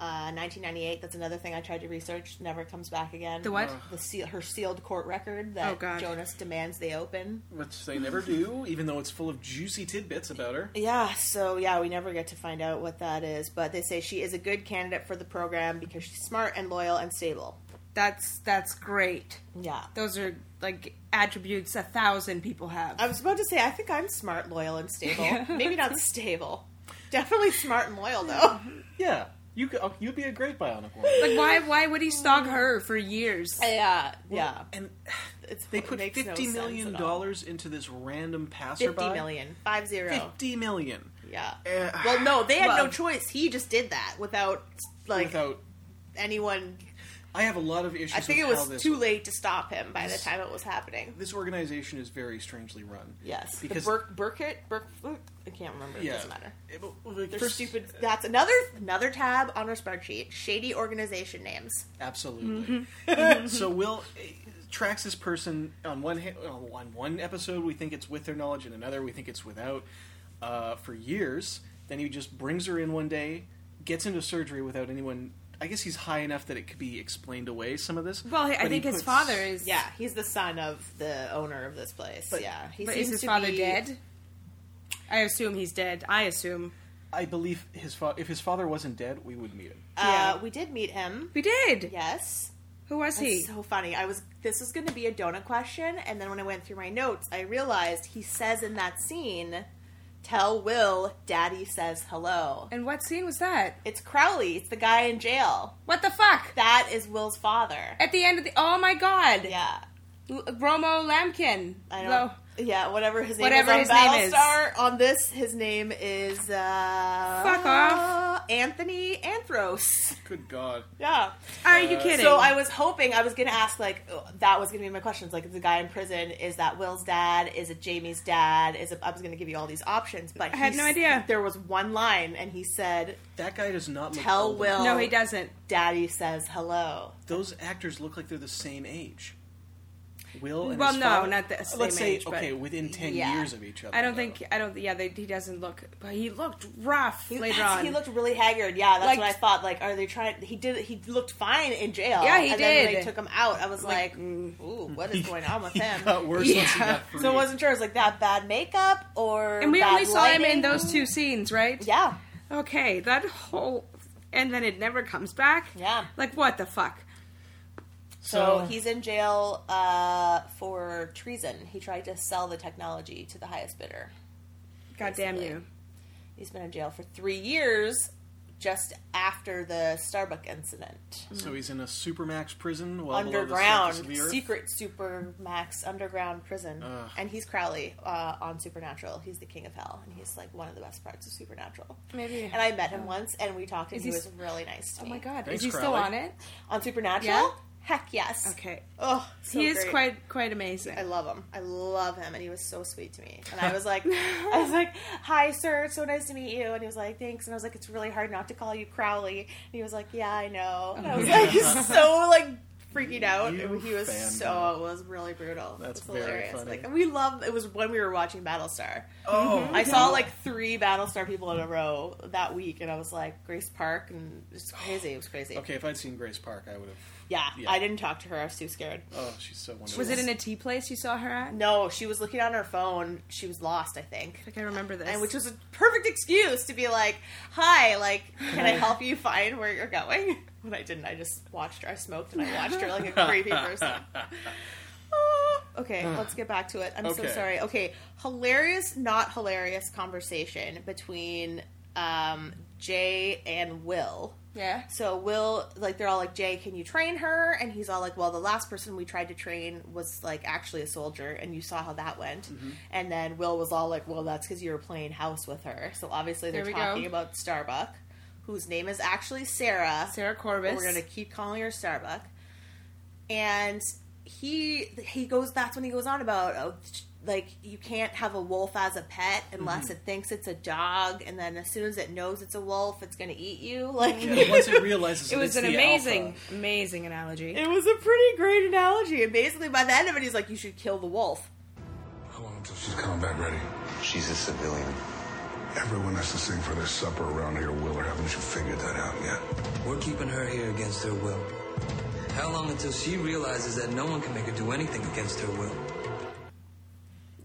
Uh, 1998. That's another thing I tried to research. Never comes back again. The what? The seal, her sealed court record Oh, that God. Jonas demands they open. Which they never do, even though it's full of juicy tidbits about her. Yeah, so yeah, we never get to find out what that is, but they say she is a good candidate for the program because she's smart and loyal and stable. That's that's great. Yeah. Those are like attributes a thousand people have. I was about to say, I think I'm smart, loyal, and stable. Maybe not stable. Definitely smart and loyal, though. Yeah, you could, oh, you'd be a great bionic woman. Like why why would he stalk her for years? Yeah, yeah. And It's, they it put makes fifty no million sense at all. dollars into this random passerby. Fifty million. Five zero. Fifty million. Yeah. Uh, well, no, they had no well- choice. He just did that without, like, Without, anyone. I have a lot of issues. I think it with how was this too late to stop him by the time it was happening. This organization is very strangely run. Yes, because the Burke, Burkett, Burke, I can't remember. It yeah, doesn't matter. It- but, like, They're first- stupid. That's another another tab on our spreadsheet. Shady organization names. Absolutely. [LAUGHS] Mm-hmm. [LAUGHS] so Will uh, tracks this person on one ha- on one episode. We think it's with their knowledge, and another we think it's without. Uh, for years, then he just brings her in one day, gets into surgery without anyone. I guess he's high enough that it could be explained away some of this. well, I- but I he think his puts- father is Yeah, he's the son of the owner of this place. yeah, he But seems is his to father be- dead? I assume he's dead. I assume. I believe his fa- if his father wasn't dead, we would meet him. Uh, Yeah. We did meet him. We did. Yes, Who was he? That's so funny. I was this was going to be a donut question, and then when I went through my notes, I realized he says in that scene, "Tell Will, Daddy says hello." and what scene was that? It's Crowley. It's the guy in jail. What the fuck? That is Will's father. At the end of the. Oh my god. Yeah. L- Romo Lampkin. I don't. Lo- Yeah, whatever his name Whatever is his on name is. Battlestar. On this, his name is uh, Fuck off. Anthony Anthros. [LAUGHS] Good God! Yeah. Are you kidding? Uh, So I was hoping I was gonna ask like oh, that was gonna be my questions like the guy in prison is that Will's dad is it Jamie's dad is it I was gonna give you all these options but I had no idea. there was one line and he said That guy does not look Tell old enough. Will. no, he doesn't. Daddy says hello those actors look like they're the same age. Will and Well, his no, father- not the same Let's say age, but- okay, within ten Yeah. years of Oh each other. I don't though. think. I don't. Yeah, they, he doesn't look. But he looked rough later on. he looked really haggard yeah that's Like- what I thought like are they trying he did he looked fine in jail Yeah, he and then when did. they took him out I was Like, like, ooh [LAUGHS] what is going on with [LAUGHS] He him got worse once he got free. So I wasn't sure. It was like that bad makeup or and we bad only saw him in lighting? those two scenes, right? Yeah, Okay, that whole. And then it never comes back. Yeah. Like what the fuck? so he's in jail uh, for treason. He tried to sell the technology to the highest bidder. God damn Basically. you. He's been in jail for three years, just after the Starbuck incident. So he's in a supermax prison, well underground, below the surface of the earth. secret supermax underground prison, and he's Crowley uh, on Supernatural. He's the king of hell, and he's like one of the best parts of Supernatural. Maybe. And I met him once, and we talked, and Is he he was s- really nice to Oh me. my god. Thanks, is he still Crowley. on it? on Supernatural? Yeah? Heck yes. Okay. Oh, so he is great. quite quite amazing. I love him. I love him, and he was so sweet to me. And I was like, I was like, "Hi, sir. It's so nice to meet you." And he was like, "Thanks." And I was like, "It's really hard not to call you Crowley." And he was like, "Yeah, I know." And I was [LAUGHS] like, [LAUGHS] so like freaking out. You And he was fangirl. so it was really brutal. That's It was very funny. Like we love. It was when we were watching Battlestar. Oh, I saw like three Battlestar people in a row that week, and I was like, Grace Park, and it's crazy. It was [GASPS] crazy. okay. If I'd seen Grace Park, I would have. Yeah, Yeah. I didn't talk to her. I was too scared. Oh, she's so wonderful. Was it in a tea place you saw her at? No, she was looking on her phone. She was lost, I think. Like I remember this. And which was a perfect excuse to be like, "Hi, like, can I help you find where you're going?" [LAUGHS] But I didn't. I just watched her. I smoked and I watched her like a creepy person. Ah, okay, let's get back to it. I'm so Okay. sorry. Okay, hilarious, not hilarious conversation between um, Jay and Will. yeah. So Will, like, they're all like, Jay, can you train her? And he's all like, Well, the last person we tried to train was like actually a soldier, and you saw how that went. Mm-hmm. And then Will was all like, Well, that's because you were playing house with her. So obviously they're There we go. talking about Starbuck, whose name is actually Sarah. Sarah Corbis. But We're gonna keep calling her Starbuck. And he he goes. That's when he goes on about oh, like you can't have a wolf as a pet unless Mm-hmm. it thinks it's a dog, and then as soon as it knows it's a wolf, it's gonna eat you. Like Yeah, once it realizes It that was it's an the amazing, alpha. amazing analogy. It was a pretty great analogy. And basically, by the end of it, he's like, "You should kill the wolf." How long until she's combat ready? She's a civilian. Everyone has to sing for their supper around here, Will, or haven't you figured that out yet? We're keeping her here against her will. How long until she realizes that no one can make her do anything against her will?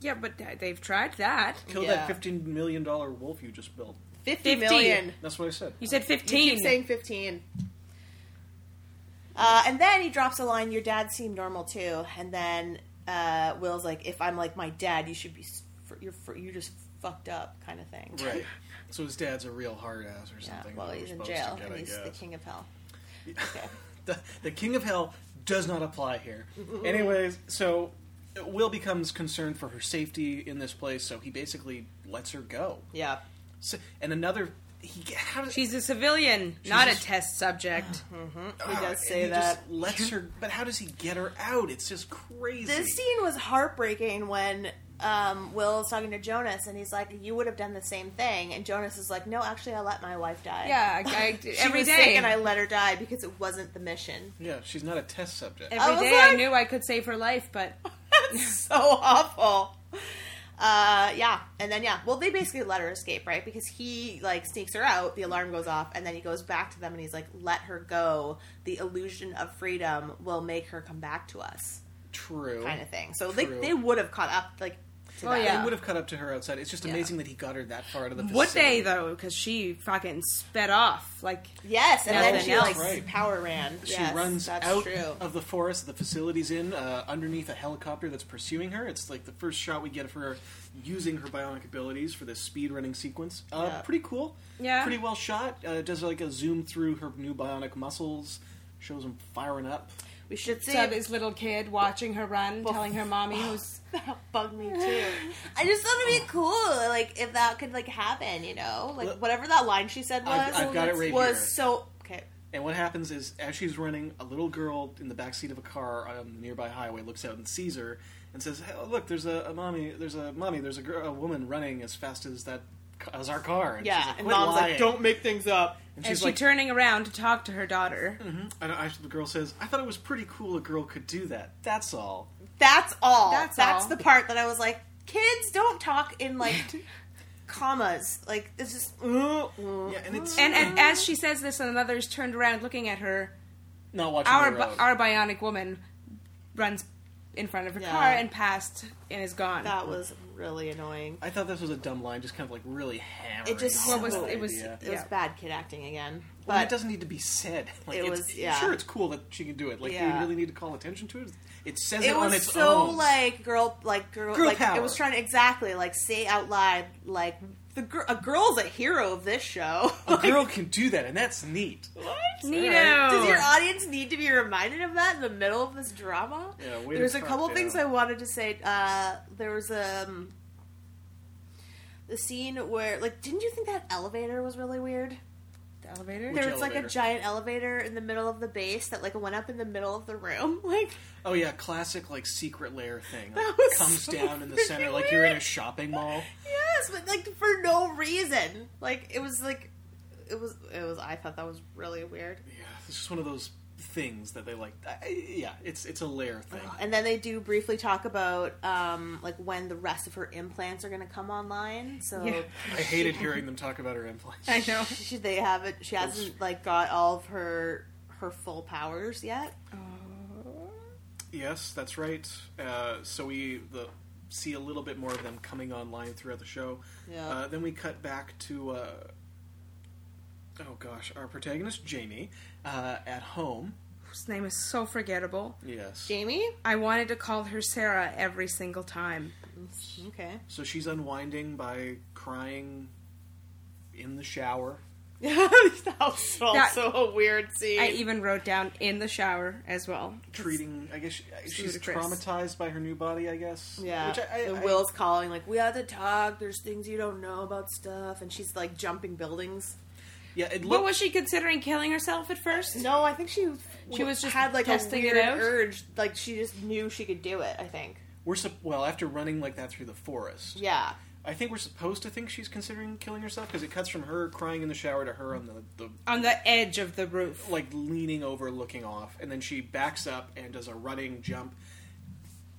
yeah, but th- they've tried that. Kill Yeah. that $15 million wolf you just built. Fifty 50. million. That's what I said. You said You fifteen. keep saying fifteen. Uh, and then he drops a line, "Your dad seemed normal too." And then uh, Will's like, "If I'm like my dad, you should be. s- fr- You're fr- you just fucked up," kind of thing. Right. So his dad's a real hard ass or Yeah, something. well, that we're he's in supposed jail, to get, and I he's the guess. king [LAUGHS] of hell. the, the king of hell does not apply here. Anyways, so Will becomes concerned for her safety in this place, so he basically lets her go. Yeah. So, and another, he g- how does She's a civilian, not a just- test subject. Uh-huh. He does and say he that. Just lets her, but how does he get her out? It's just crazy. This scene was heartbreaking when um, Will is talking to Jonas and he's like, "You would have done the same thing," and Jonas is like, "No, actually, I let my wife die. yeah, I, I, [LAUGHS] she every was day. sick and I let her die because it wasn't the mission. [LAUGHS] yeah, she's not a test subject. I was every day I like- knew I could save her life, but so awful. Uh, yeah, and then yeah, well, they basically let her escape, right? Because he like sneaks her out, the alarm goes off, and then he goes back to them and he's like, "Let her go. The illusion of freedom will make her come back to us," True. kind of thing. So they True. they would have caught up, like, to that. Oh, yeah. They would have cut up to her outside. It's just amazing that he got her that far out of the. would facility. they though? Because she fucking sped off. Like Yes, and then Nothing she else. like Right. power ran. She Yes, runs that's out true. of the forest. The facility's in uh, underneath a helicopter that's pursuing her. It's like the first shot we get of her using her bionic abilities for this speed running sequence. Uh, Yeah. Pretty cool. Yeah. Pretty well shot. Uh, does like a zoom through her new bionic muscles. Shows them firing up. We should see. so this little kid watching her run, telling her [SIGHS] mommy who's bugged me too. [LAUGHS] I just thought it'd be cool, like if that could like happen, you know, like whatever that line she said was I've- I've got it right was here. so okay. And what happens is, as she's running, a little girl in the backseat of a car on the nearby highway looks out and sees her and says, hey, oh, "Look, there's a, a mommy. There's a mommy. There's a, girl, a woman running as fast as that ca- as our car." And she's Yeah, like, and "Quit mom's lying." like, "Don't make things up." And and she's she like, turning around to talk to her daughter. And I, the girl says, "I thought it was pretty cool a girl could do that. That's all." That's all. That's, That's all. the part that I was like, kids don't talk [LAUGHS] in like commas. Like it's just uh, uh. Yeah, and it's And, and as she says this, another is turned around looking at her. not watching Our the bi- road. our bionic woman runs in front of her Yeah. car and past and is gone. that was really annoying. I thought this was a dumb line, just kind of like really hammering. It just home was- that it was- idea. It was Yeah. bad kid acting again. Well, But it doesn't need to be said. [LAUGHS] Like, It it's, was- yeah. Sure, it's cool that she can do it. Like, do Yeah. you really need to call attention to it? It says it, it on was its so own. like girl like girl, Girl like power. it was trying to exactly like say out loud like the gir- a girl's a hero of this show [LAUGHS] a girl can do that, and that's neat. Neato. does your audience need to be reminded of that in the middle of this drama Yeah, way to there's a fuck, couple yeah. things i wanted to say uh there was um the scene where like didn't you think that elevator was really weird the elevator. there was like a elevator? giant elevator in the middle of the base that like went up in the middle of the room [LAUGHS] like Oh yeah, classic like secret lair thing. That Like, was comes so down in the center, freaking like you're in a weird. shopping mall. Yes, but like for no reason. Like it was like it was it was I thought that was really weird. Yeah, it's just one of those things that they like. I, yeah, it's it's a lair thing. And then they do briefly talk about um like when the rest of her implants are going to come online. So Yeah. [LAUGHS] I hated hearing them talk about her implants. I know. she, they haven't she hasn't like got all of her her full powers yet. Yes, that's right. Uh, so we the, see a little bit more of them coming online throughout the show. Yeah. Uh, then we cut back to, uh, oh gosh, our protagonist Jamie uh, at home. Whose name is so forgettable. Yes. Jamie? I wanted to call her Sarah every single time. Okay. [LAUGHS] So she's unwinding by crying in the shower. that was also a weird scene. I even wrote down in the shower as well. Treating, I guess she, she's ludicrous. traumatized by her new body. I guess. yeah, Which I, I, the I- Will's calling like, "We have to talk. There's things you don't know about stuff," and she's like jumping buildings. yeah, it What looked, was she considering killing herself at first? No, I think she She was just had like testing a it weird out? urge. Like she just knew she could do it. I think. we're sup- well after running like that through the forest. Yeah. I think we're supposed to think she's considering killing herself because it cuts from her crying in the shower to her on the, the On the edge of the roof. like leaning over, looking off, and then she backs up and does a running jump.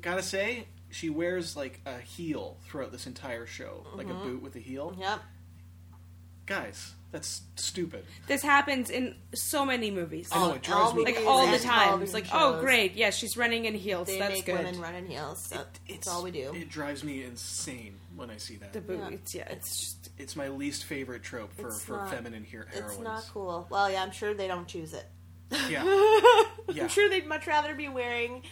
Gotta say, she wears like a heel throughout this entire show, like a boot with a heel. Mm-hmm. Yep. Guys, that's stupid. This happens in so many movies. I know it drives all me. like movies all the and time. television It's like, shows. oh great, yes, she's running in heels. They That's make good. women run in heels. So that's all we do. It drives me insane when I see that. the boot, it's, yeah, it's just It's my least favorite trope for, It's for not- feminine hero it's heroines. not cool. Well, yeah, I'm sure they don't choose it. [LAUGHS] Yeah, yeah. I'm sure they'd much rather be wearing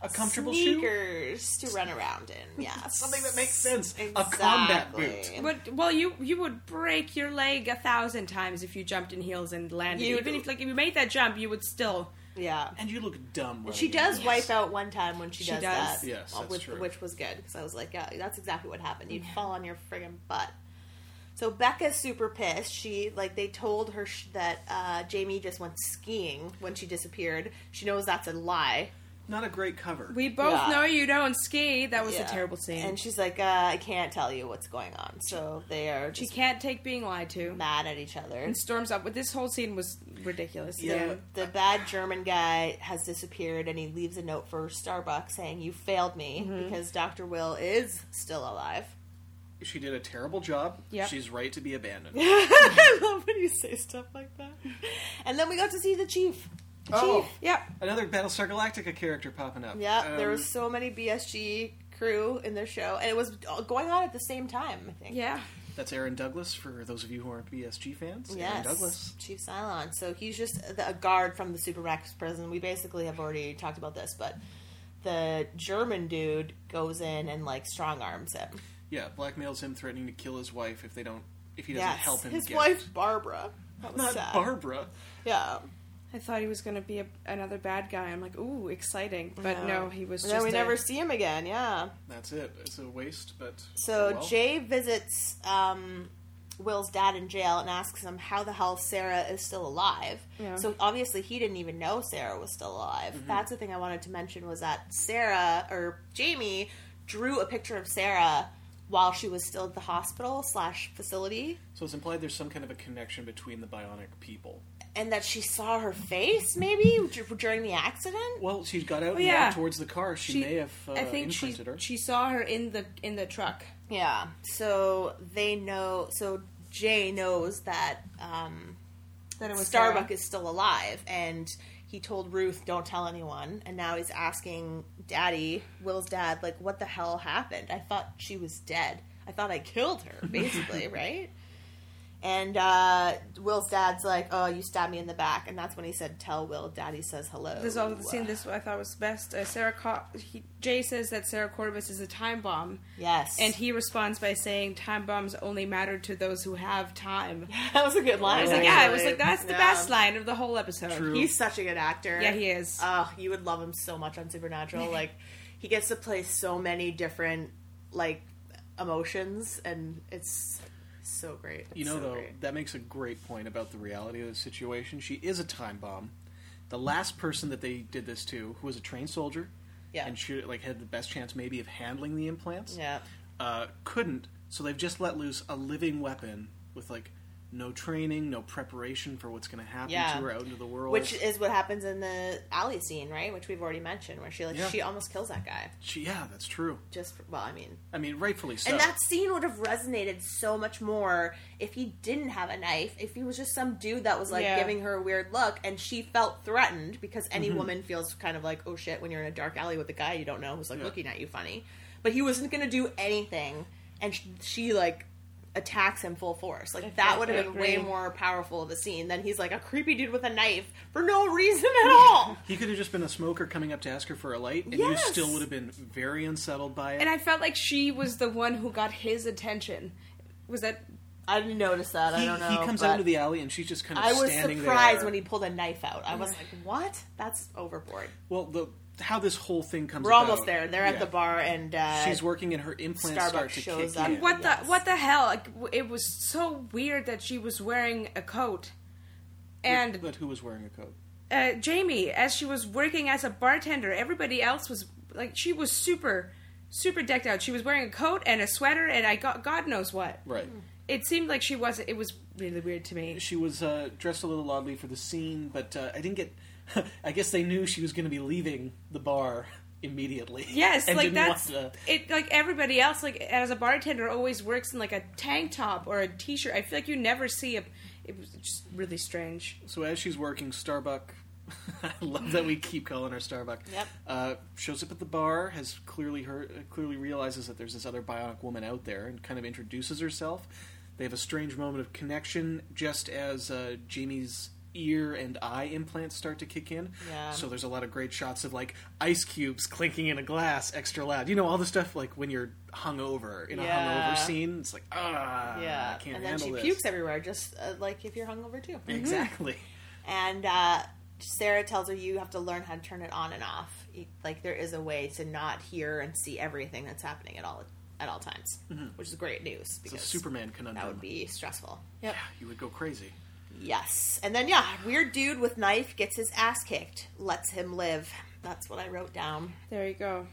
A comfortable shoe, sneakers to run around [LAUGHS] in. Yeah, something that makes sense. A combat boot. Exactly. but well you you would break your leg a thousand times if you jumped in heels and landed. You Even do. if like if you made that jump you would still Yeah. and you look dumb. Running She does in. wipe out one time when she, She does, does. that. uh, Yes, that's which, true. which was good because I was like, yeah, that's exactly what happened. You'd fall on your friggin' butt. So Becca's super pissed. She like they told her sh- that uh, Jamie just went skiing when she disappeared. She knows that's a lie. Not a great cover. We both Yeah. know you don't ski. That was Yeah. a terrible scene. And And she, she's like, uh, I can't tell you what's going on. So they are just can't take being lied to. mad at each other. And storms up. But this whole scene was ridiculous. Yeah. The, the bad German guy has disappeared, and he leaves a note for Starbucks saying, "You failed me Mm-hmm. because Doctor Will is still alive." She did a terrible job. Yep. She's right to be abandoned. [LAUGHS] I love when you say stuff like that. And then we got to see the chief. Oh, Yep. another Battlestar Galactica character popping up. Yeah, there Um, was so many BSG crew in their show, and it was all going on at the same time. I think. Yeah. That's Aaron Douglas for those of you who aren't BSG fans. Aaron Yes, Douglas. Chief Cylon. So he's just the, a guard from the Supermax prison. We basically have already talked about this, but the German dude goes in and like strong arms him. Yeah, blackmails him, threatening to kill his wife if they don't if he doesn't help him. his get wife Barbara. That was not sad. Barbara. yeah. I thought he was going to be a, another bad guy. I'm like, ooh, exciting. But no, he was And just. then we a- never see him again. Yeah. That's it. It's a waste, but So oh well. Jay visits um, Will's dad in jail and asks him how the hell Sarah is still alive. Yeah. So obviously he didn't even know Sarah was still alive. Mm-hmm. That's the thing I wanted to mention was that Sarah or Jamie drew a picture of Sarah while she was still at the hospital slash facility, So it's implied there's some kind of a connection between the bionic people. and that she saw her face maybe dur- during the accident. Well, she got Oh, out and yeah. walked towards the car. She, She- may have. Uh, I think she imprinted her. she saw her in the in the truck. Yeah. So they know. So Jay knows that um, That it was Starbuck Sarah. is still alive, and he told Ruth, "Don't tell anyone." And now he's asking Daddy, Will's dad, like, "What the hell happened? I thought she was dead. I thought I killed [LAUGHS] her, basically, right?" And uh, Will's dad's like, "Oh, you stabbed me in the back," and that's when he said, "Tell Will, Daddy says hello." This is all the scene. This I thought was best. Uh, Sarah Cor- he, Jay says that Sarah Corbus is a time bomb, yes, and he responds by saying, "Time bombs only matter to those who have time." [LAUGHS] that was a good line. I was like, yeah, I was actually. like, that's the Yeah. best line of the whole episode. True. He's such a good actor. Yeah, he is. Oh, you would love him so much [LAUGHS] on Supernatural. like, he gets to play so many different like emotions, and it's so great. It's You know, so though, great. that makes a great point about the reality of the situation. She is a time bomb. The last person that they did this to, who was a trained soldier, Yeah. and she like had the best chance maybe of handling the implants, yeah, uh, couldn't. So they've just let loose a living weapon with like no training, no preparation for what's going to happen Yeah. to her out into the world. Which is what happens in the alley scene, right? Which we've already mentioned, where she like Yeah. she almost kills that guy. she, yeah, that's true. Just for, well, I mean, I mean, rightfully so. and that scene would have resonated so much more if he didn't have a knife. If he was just some dude that was like Yeah. giving her a weird look, and she felt threatened because any woman feels kind of like oh shit when you're in a dark alley with a guy you don't know who's like Yeah. looking at you funny. But he wasn't going to do anything, and she, she like attacks him full force. Like that would have been way agree. more powerful of a scene than he's like a creepy dude with a knife for no reason at all. he could have just been a smoker coming up to ask her for a light, and Yes. you still would have been very unsettled by it. And I felt like she was the one who got his attention. Was that I didn't notice that. he, I don't know. he comes but- out into the alley, and she's just kind of I was standing surprised there. when he pulled a knife out. I was like, "What? That's overboard." Well, the how this whole thing comes. We're almost about- there. They're yeah. at the bar, and uh, She's working, and her implants Starbucks start to shows kick up. in. what Yes. the what the hell? Like, w- it was so weird that she was wearing a coat. And But who was wearing a coat? uh, Jamie, as she was working as a bartender, everybody else was like she was super, super decked out. She was wearing a coat and a sweater, and I got God knows what. Right. It seemed like she wasn't. It was really weird to me. She was uh, dressed a little oddly for the scene, but uh, I didn't get. [LAUGHS] I guess they knew she was going to be leaving the bar immediately. [LAUGHS] Yes, and like didn't want that's to- it. Like everybody else, like as a bartender, always works in like a tank top or a t-shirt. I feel like you never see a. It was just really strange. So as she's working, Starbuck. [LAUGHS] I love that we keep calling her Starbuck. Yep. Uh, shows up at the bar, has clearly heard, uh, clearly realizes that there's this other bionic woman out there, and kind of introduces herself. They have a strange moment of connection, just as uh, Jamie's ear and eye implants start to kick in. Yeah. So there's a lot of great shots of like ice cubes clinking in a glass, extra loud. You know all the stuff like when you're hungover in a Yeah. hungover scene. It's like ah, yeah, I can't and then handle she this. pukes everywhere, just uh, like if you're hungover too. [LAUGHS] Exactly. And uh, Sarah tells her you have to learn how to turn it on and off. You- Like there is a way to not hear and see everything that's happening at all at all times, which is great news Mm-hmm. It's because a Superman conundrum. that would be stressful. Yeah, you would go crazy. Yes. And then, yeah, weird dude with knife gets his ass kicked, lets him live. That's what I wrote down. There you go.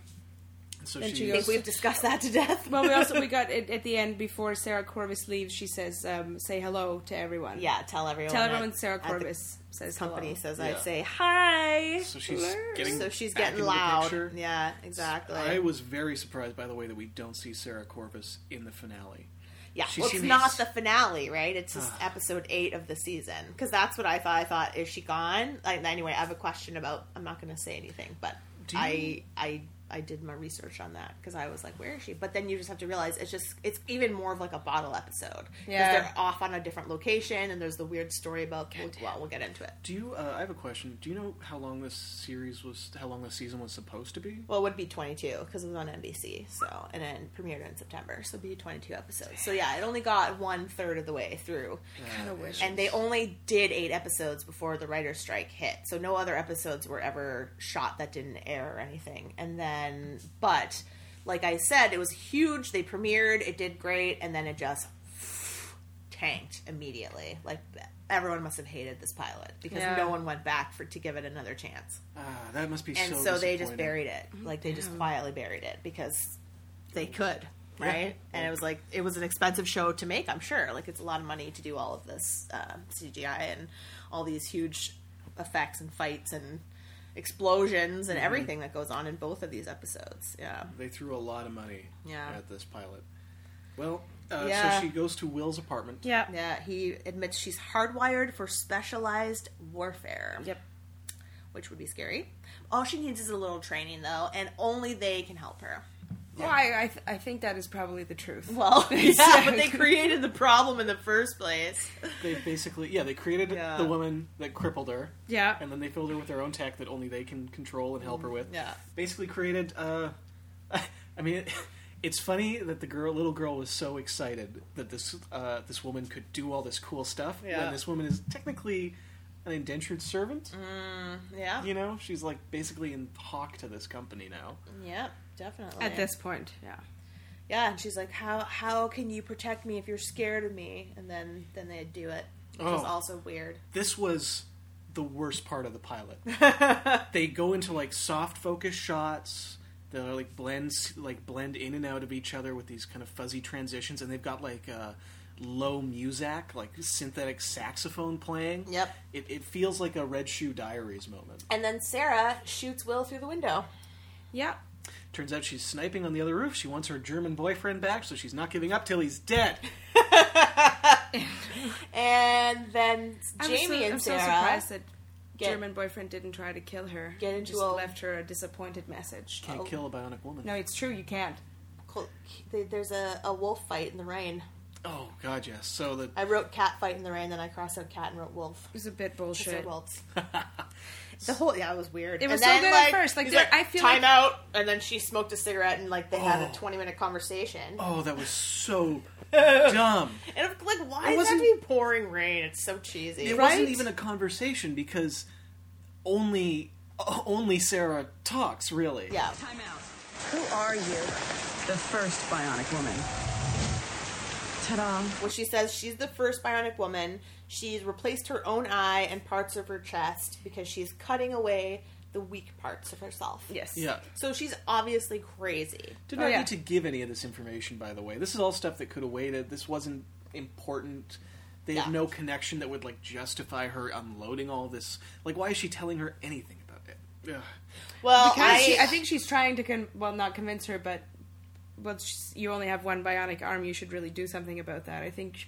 So And she, she I think goes- we've discussed that to death. Well, we also [LAUGHS] we got it at the end before Sarah Corvis leaves. She says, um, "Say hello to everyone." yeah, tell everyone. tell at- everyone Sarah at the Corvis says Company hello. says Yeah. I'd say hi. so she's getting So she's back getting into the loud. picture. Yeah, exactly. I was very surprised by the way that we don't see Sarah Corvus in the finale. yeah, she well, it's seems- Ah. not the finale, right? It's just episode eight of the season because that's what I thought. I thought is she gone? Like, anyway, I have a question about. I'm not going to say anything, but Do you- I I I did my research on that because I was like, where is she? But then you just have to realize it's just it's even more of like a bottle episode because Yeah. they're off on a different location and there's the weird story about. well, we'll get into it. Do you? Uh, I have a question. Do you know how long this series was? How long this season was supposed to be? Well, it would be 22 because it was on NBC. So, and then premiered in September. So, it'd be 22 episodes. So, yeah, it only got one third of the way through. And they only did eight episodes before the writer's strike hit. So, no other episodes were ever shot that didn't air or anything. And then, but like I said, it was huge. They premiered, it did great, and then it just tanked immediately. Like, everyone must have hated this pilot because Yeah. no one went back for to give it another chance Ah, that must be and so. so, they just disappointing. buried it like they just quietly buried it because they could right and it was like it was an expensive show to make i'm sure like it's a lot of money to do all of this um, cgi and all these huge effects and fights and explosions and everything that goes on in both of these episodes yeah They threw a lot of money Yeah. at this pilot. Well, uh, Yeah. so she goes to Will's apartment. Yeah. yeah he admits she's hardwired for specialized warfare Yep. which would be scary all she needs is a little training though and only they can help her Well, I I, th- I think that is probably the truth. [LAUGHS] Well, yeah, but they created the problem in the first place. They basically, yeah, they created Yeah. the woman that crippled her, yeah. and then they filled her with their own tech that only they can control and help her with. Yeah. basically created. Uh, [LAUGHS] I mean, it, it's funny that the girl, little girl, was so excited that this uh, this woman could do all this cool stuff. Yeah. Mm-hmm. When this woman is technically an indentured servant, Yeah. you know, she's like basically in hawk to this company now. Yep. Definitely. At this point, yeah. Yeah, and she's like, "How how can you protect me if you're scared of me?" And then then they do it, which was Oh. also weird. This was the worst part of the pilot. they go into like soft focus shots. They like blends like blend in and out of each other with these kind of fuzzy transitions, and they've got like. Uh, low muzak, like synthetic saxophone playing. Yep. It, it feels like a Red Shoe Diaries moment. And then Sarah shoots Will through the window. Yeah. Turns out she's sniping on the other roof. She wants her German boyfriend back, so she's not giving up till he's dead. And then I'm Jamie so, and I'm Sarah so surprised that get- German boyfriend didn't try to kill her. Get He into just a- left her a disappointed message. Can't kill a bionic woman. Oh. No, it's true. You can't. Cool. They- There's a, a wolf fight in the rain. Oh god, yes. So the I wrote cat fight in the rain, then I crossed out cat and wrote wolf. It was a bit Instead of bullshit. Welts. [LAUGHS] the whole yeah, it was weird. It was And so good at first, like, he's there- I feel time like- out, and then she smoked a cigarette and like they had Oh. a twenty minute conversation. oh, that was so dumb. And I'm like, why is wasn't- that be pouring rain? It's so cheesy, It right? wasn't even a conversation because only [LAUGHS] o- only Sarah talks really. yeah. Time out. Who are you? The first bionic woman. Ta-da. Well, she says she's the first bionic woman. She's replaced her own eye and parts of her chest because she's cutting away the weak parts of herself. Yes. Yeah. So she's obviously crazy. Did Oh, not yeah. need to give any of this information, by the way. This is all stuff that could have waited. This wasn't important. They have Yeah. no connection that would like justify her unloading all this. Like, why is she telling her anything about it? Ugh. Well, Because I, she, I think she's trying to con- well, not convince her, but well, she's- you only have one bionic arm. You should really do something about that. I think.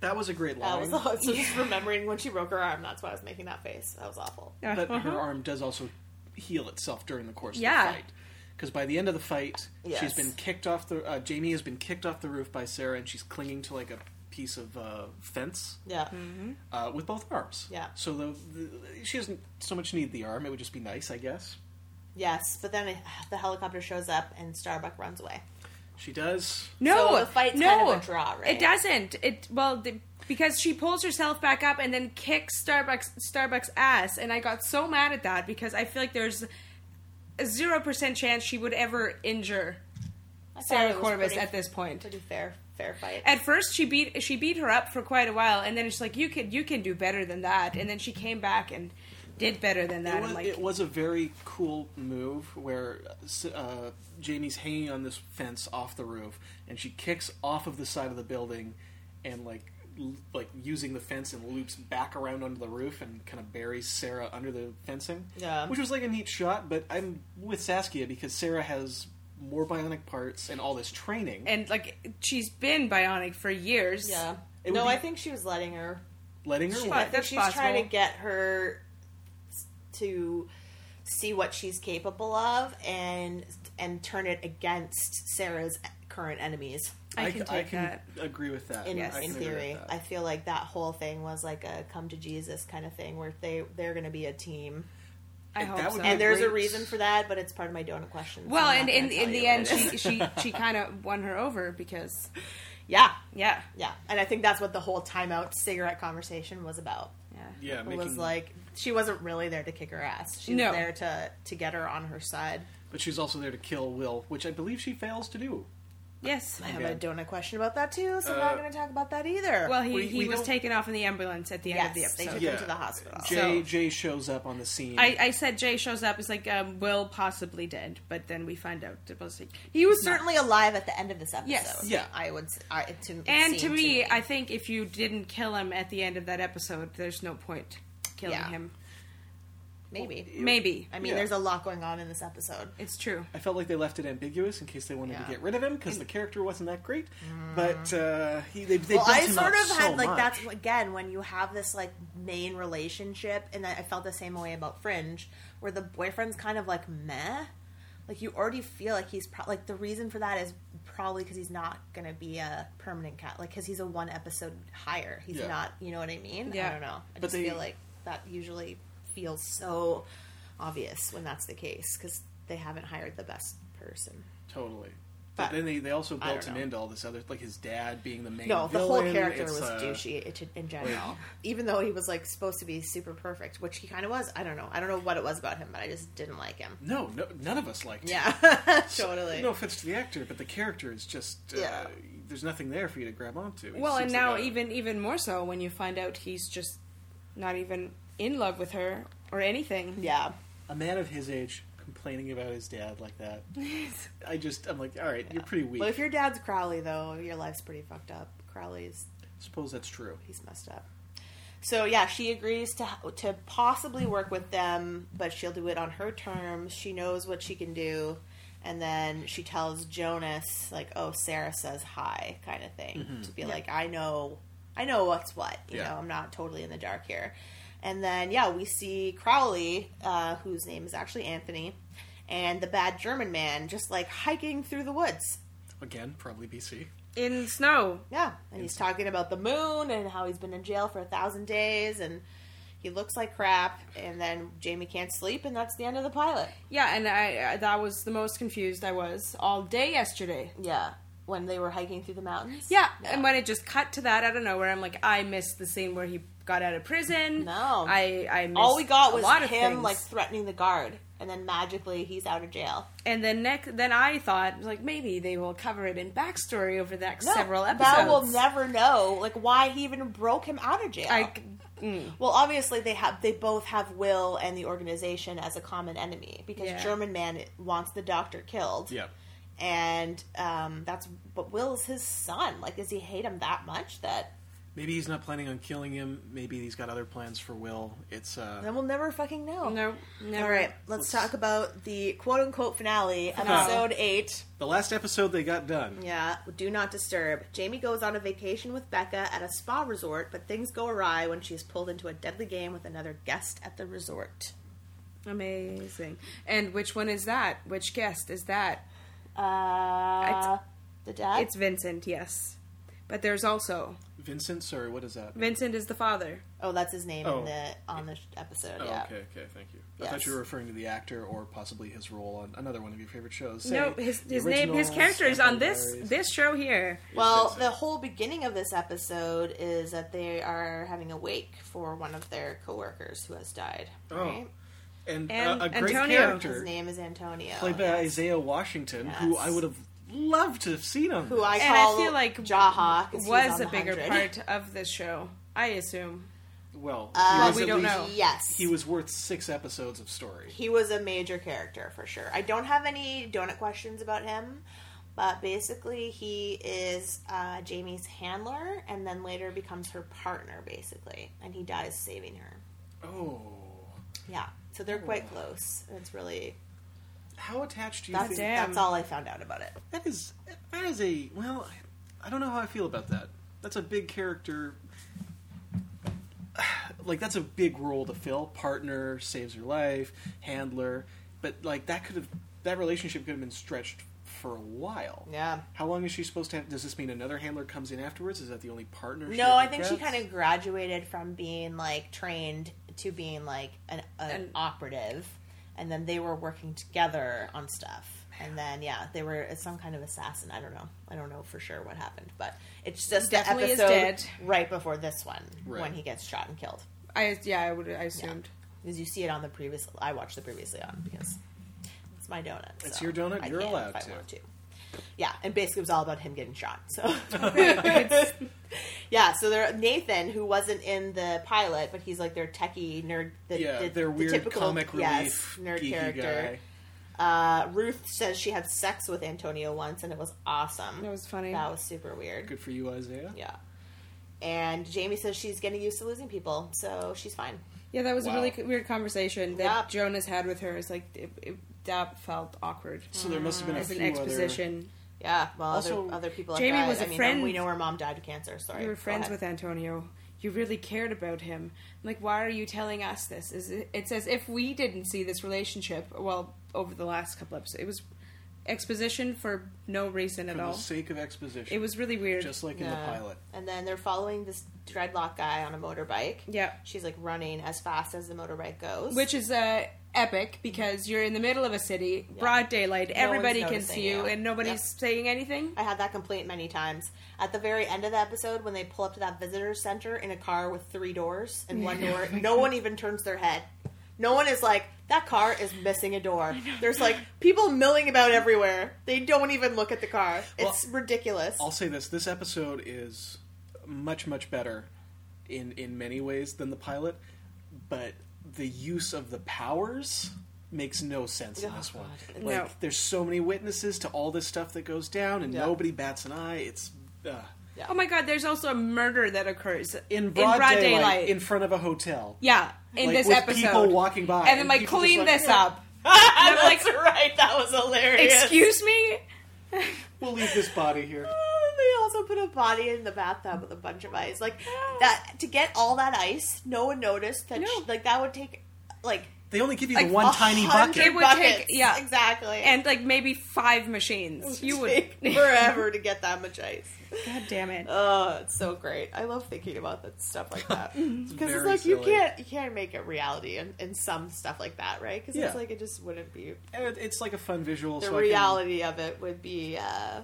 That was a great [LAUGHS] [LAUGHS] that line. was awful. So just remembering when she broke her arm. That's why I was making that face. That was awful. But Uh-huh. her arm does also heal itself during the course Yeah. of the fight. Because by the end of the fight, she's Yes. been kicked off the. Uh, Jamie has been kicked off the roof by Sarah, and she's clinging to like a piece of uh, fence Yeah. Mm-hmm. uh, with both arms. Yeah. So the, the she doesn't so much need the arm. It would just be nice, I guess. Yes, but then it, the helicopter shows up and Starbuck runs away. She does. No, So the fight's no, kind of a draw, right? It doesn't. It well the, because she pulls herself back up and then kicks Starbucks Starbucks ass, and I got so mad at that because I feel like there's a zero percent chance she would ever injure I thought Sarah it was Corbis pretty- at this point. pretty fair fair fight. At first, she beat she beat her up for quite a while, and then it's like you can you can do better than that, and then she came back and did better than that. It and was, like, it was a very cool move where uh, s- uh, Jamie's hanging on this fence off the roof, and she kicks off of the side of the building, and like l- like using the fence and loops back around under the roof and kind of buries Sarah under the fencing. Yeah. which was like a neat shot. But I'm with Saskia because Sarah has more bionic parts and all this training. and like she's been bionic for years. yeah. It no, would be- I think she was letting her. letting her She, win. I think that's she's possible. trying to get her s- to see what she's capable of and and turn it against Sarah's current enemies. I can c- take that. agree with that. In, I can in agree with theory, that. I feel like that whole thing was like a come to Jesus kind of thing where they they're going to be a team. I That hope would so. be And there's a Great. reason for that, but it's part of my donut question. so Well, and I'm not gonna in tell in you the what end, it is. she she [LAUGHS] she kind of won her over because yeah, yeah, yeah, and I think that's what the whole timeout cigarette conversation was about. yeah. yeah, It making, was like she wasn't really there to kick her ass. She No. was there to to get her on her side. but she's also there to kill Will, which I believe she fails to do. Yes. I have a donut question about that too, so I'm Uh, not going to talk about that either. Well, he, We- he we was don't- taken off in the ambulance at the end yes, of the they episode. took Yeah. him to the hospital. Jay So- Jay shows up on the scene. I, I said Jay shows up. It's like um, Will possibly dead, but then we find out it was like he was certainly alive at the end of this episode. Yes. Yeah. I would. s- I, it to, it And seemed to me, I think if you didn't kill him at the end of that episode, there's no point killing Yeah. him. maybe. Maybe I mean, Yeah. there's a lot going on in this episode. it's true. I felt like they left it ambiguous in case they wanted Yeah. to get rid of him because the character wasn't that great. But uh, he they, they Mm. well, built I him sort up of so had like much. that's again when you have this like main relationship, and I I felt the same way about Fringe, where the boyfriend's kind of like meh. Like you already feel like he's pro- like the reason for that is probably because he's not gonna be a permanent cat, like because he's a one episode hire. He's Yeah. not, you know what I mean? Yeah. I don't know. I But just they- feel like that usually feels so obvious when that's the case because they haven't hired the best person. totally. But But then they, they also I built don't him know. into all this other like his dad being the main. No, the whole villain. character It's, was uh, douchey it- in general. Even though he was like supposed to be super perfect, which he kind of was. I don't know. I don't know what it was about him, but I just didn't like him. No, no, none of us liked. him. Yeah, [LAUGHS] totally. No offense to the actor, but the character is just uh, Yeah. There's nothing there for you to grab onto. He Well, and seems like now a- even even more so when you find out he's just not even in love with her or anything. Yeah, a man of his age complaining about his dad like [LAUGHS] that. I just I'm like, all right, you're pretty weak. but if your dad's Crowley, though, your life's pretty fucked up. Crowley's Suppose that's true. he's messed up. So yeah, she agrees to to possibly work with them, but she'll do it on her terms. She knows what she can do, and then she tells Jonas like, "Oh, Sarah says hi," kind of thing to be like, "I know, I know what's what." You Yeah. know, I'm not totally in the dark here. And then yeah, we see Crowley, uh, whose name is actually Anthony, and the bad German man just like hiking through the woods. Again, probably BC. in snow. Yeah, and he's talking about the moon and how he's been in jail for a thousand days, and he looks like crap. And then Jamie can't sleep, and that's the end of the pilot. Yeah, and I, I that was the most confused I was all day yesterday. Yeah, when they were hiking through the mountains. Yeah, and when it just cut to that out of nowhere, I'm like, I missed the scene where he got out of prison. No. I, I missed all we got a was lot of him things. like threatening the guard, and then magically he's out of jail. And then next, then I thought like maybe they will cover it in backstory over the next No, several episodes. Val will never know like why he even broke him out of jail. [LAUGHS] I, Well, obviously they have they both have Will and the organization as a common enemy because Yeah. German man wants the doctor killed. Yeah. and um, that's but Will's his son. Like, does he hate him that much that Maybe he's not planning on killing him. Maybe he's got other plans for Will. It's uh then we'll never fucking know. no, never. All right, let's talk about the quote unquote finale, episode eight. the last episode they got done. Yeah, do not disturb. Jamie goes on a vacation with Becca at a spa resort, but things go awry when she's pulled into a deadly game with another guest at the resort. Amazing. And which one is that? Which guest is that? Uh, It's- the dad. It's Vincent, yes. But there's also Vincent, sorry, what is that? Vincent is the father. oh, that's his name Oh. in the on the sh- episode. Oh, yeah. okay, okay, thank you. I Yes. thought you were referring to the actor or possibly his role on another one of your favorite shows. say, no, his The his name, his Originals, character is on this Contemporaries. this show here. Well, Vincent. the whole beginning of this episode is that they are having a wake for one of their coworkers who has died. Oh. Right? and, and uh, a great Antonio. Oh, His character name is Antonio. played by yes. Isaiah Washington, who Yes. I would have loved to have seen on. who I And call I feel like Jaha 'cause he's was on a the bigger 100. part of this show, I assume. well, Uh, he was we at don't least- know. Yes, He was worth six episodes of story. [LAUGHS] He was a major character for sure. I don't have any donut questions about him, but basically he is uh, Jamie's handler, and then later becomes her partner, basically, and he dies saving her. Oh, Yeah, so they're quite close. It's really how attached do Oh. you that's think? Damn. that's all I found out about it. That is that is a well. I don't know how I feel about that. That's a big character. [SIGHS] Like that's a big role to fill. Partner saves her life, handler, but like that could have that relationship could have been stretched for a while. Yeah. How long is she supposed to have? Does this mean another handler comes in afterwards? Is that the only partner? she No, I ever think she gets? kind of graduated from being like trained to being like an, an operative, and then they were working together on stuff. And then yeah, they were some kind of assassin. I don't know. I don't know for sure what happened, but it's just the Definitely is episode dead. right before this one Right. when he gets shot and killed. I yeah, I would I assumed. Because you see it on the previous. I watched the previously on because it's my donut. It's so your donut, I you're can allowed if I to. Want to. Yeah, and basically it was all about him getting shot. [LAUGHS] So, [LAUGHS] yeah. So there, Nathan, who wasn't in the pilot, but he's like their techie nerd. The, yeah, the, their the weird typical, comic yes, relief nerd geeky guy. character. Uh, Ruth says she had sex with Antonio once, and it was awesome. That was funny. That was super weird. Good for you, Isaiah. Yeah. And Jamie says she's getting used to losing people, so she's fine. Yeah, that was a Wow. really c- weird conversation that Yeah. Jonas had with her. It's like it, it, that felt awkward So there must have been a as an few other- exposition. Yeah, well, Also, other, other people. have Jamie died. was a I mean, friend- We know her mom died of cancer. Sorry, You were Go friends ahead. with Antonio. You really cared about him. I'm like, why are you telling us this? Is it, it's as if we didn't see this relationship. Well, over the last couple episodes, it was exposition for no reason For at the all. sake of exposition, It was really weird. just like in the Yeah. pilot. And then they're following this dreadlock guy on a motorbike. Yeah. she's like running as fast as the motorbike goes. which is uh, epic because you're in the middle of a city, broad daylight, everybody can noticing see you, you. and nobody's Yep. saying anything. I had that complaint many times. At the very end of the episode, when they pull up to that visitor center in a car with three doors and one door, [LAUGHS] no one even turns their head. No one is like that car is missing a door. There's like people milling about everywhere. They don't even look at the car. It's ridiculous. I'll say this: this episode is much much better in in many ways than the pilot, but the use of the powers makes no sense in this one. Like, No. there's so many witnesses to all this stuff that goes down, and nobody bats an eye. It's uh, Oh my god, there's also a murder that occurs in broad, daylight, daylight. in front of a hotel. yeah, in Like, this with episode. people walking by, And and then, like, people clean just like, this [LAUGHS] "Yeah." up. And I'm like, [LAUGHS] That's right. That was hilarious. [LAUGHS] excuse me? We'll leave this body here. [LAUGHS] They also put a body in the bathtub with a bunch of ice. Like that to get all that ice, no one noticed that. No. sh like that would take like They only give you Like, the one a tiny hundred bucket. It would buckets. take- yeah. exactly. [LAUGHS] And, like, maybe [LAUGHS] five machines. You would. [LAUGHS] Take forever to get that much ice. God damn it. Uh, Oh, it's so great. I love thinking about that stuff like [LAUGHS] that because it's, very like you silly. can't you can't make it reality in, in some stuff like that, right? Because Yeah. it's like it just wouldn't be It- It's like a fun visual. the so I can- reality of it would be uh,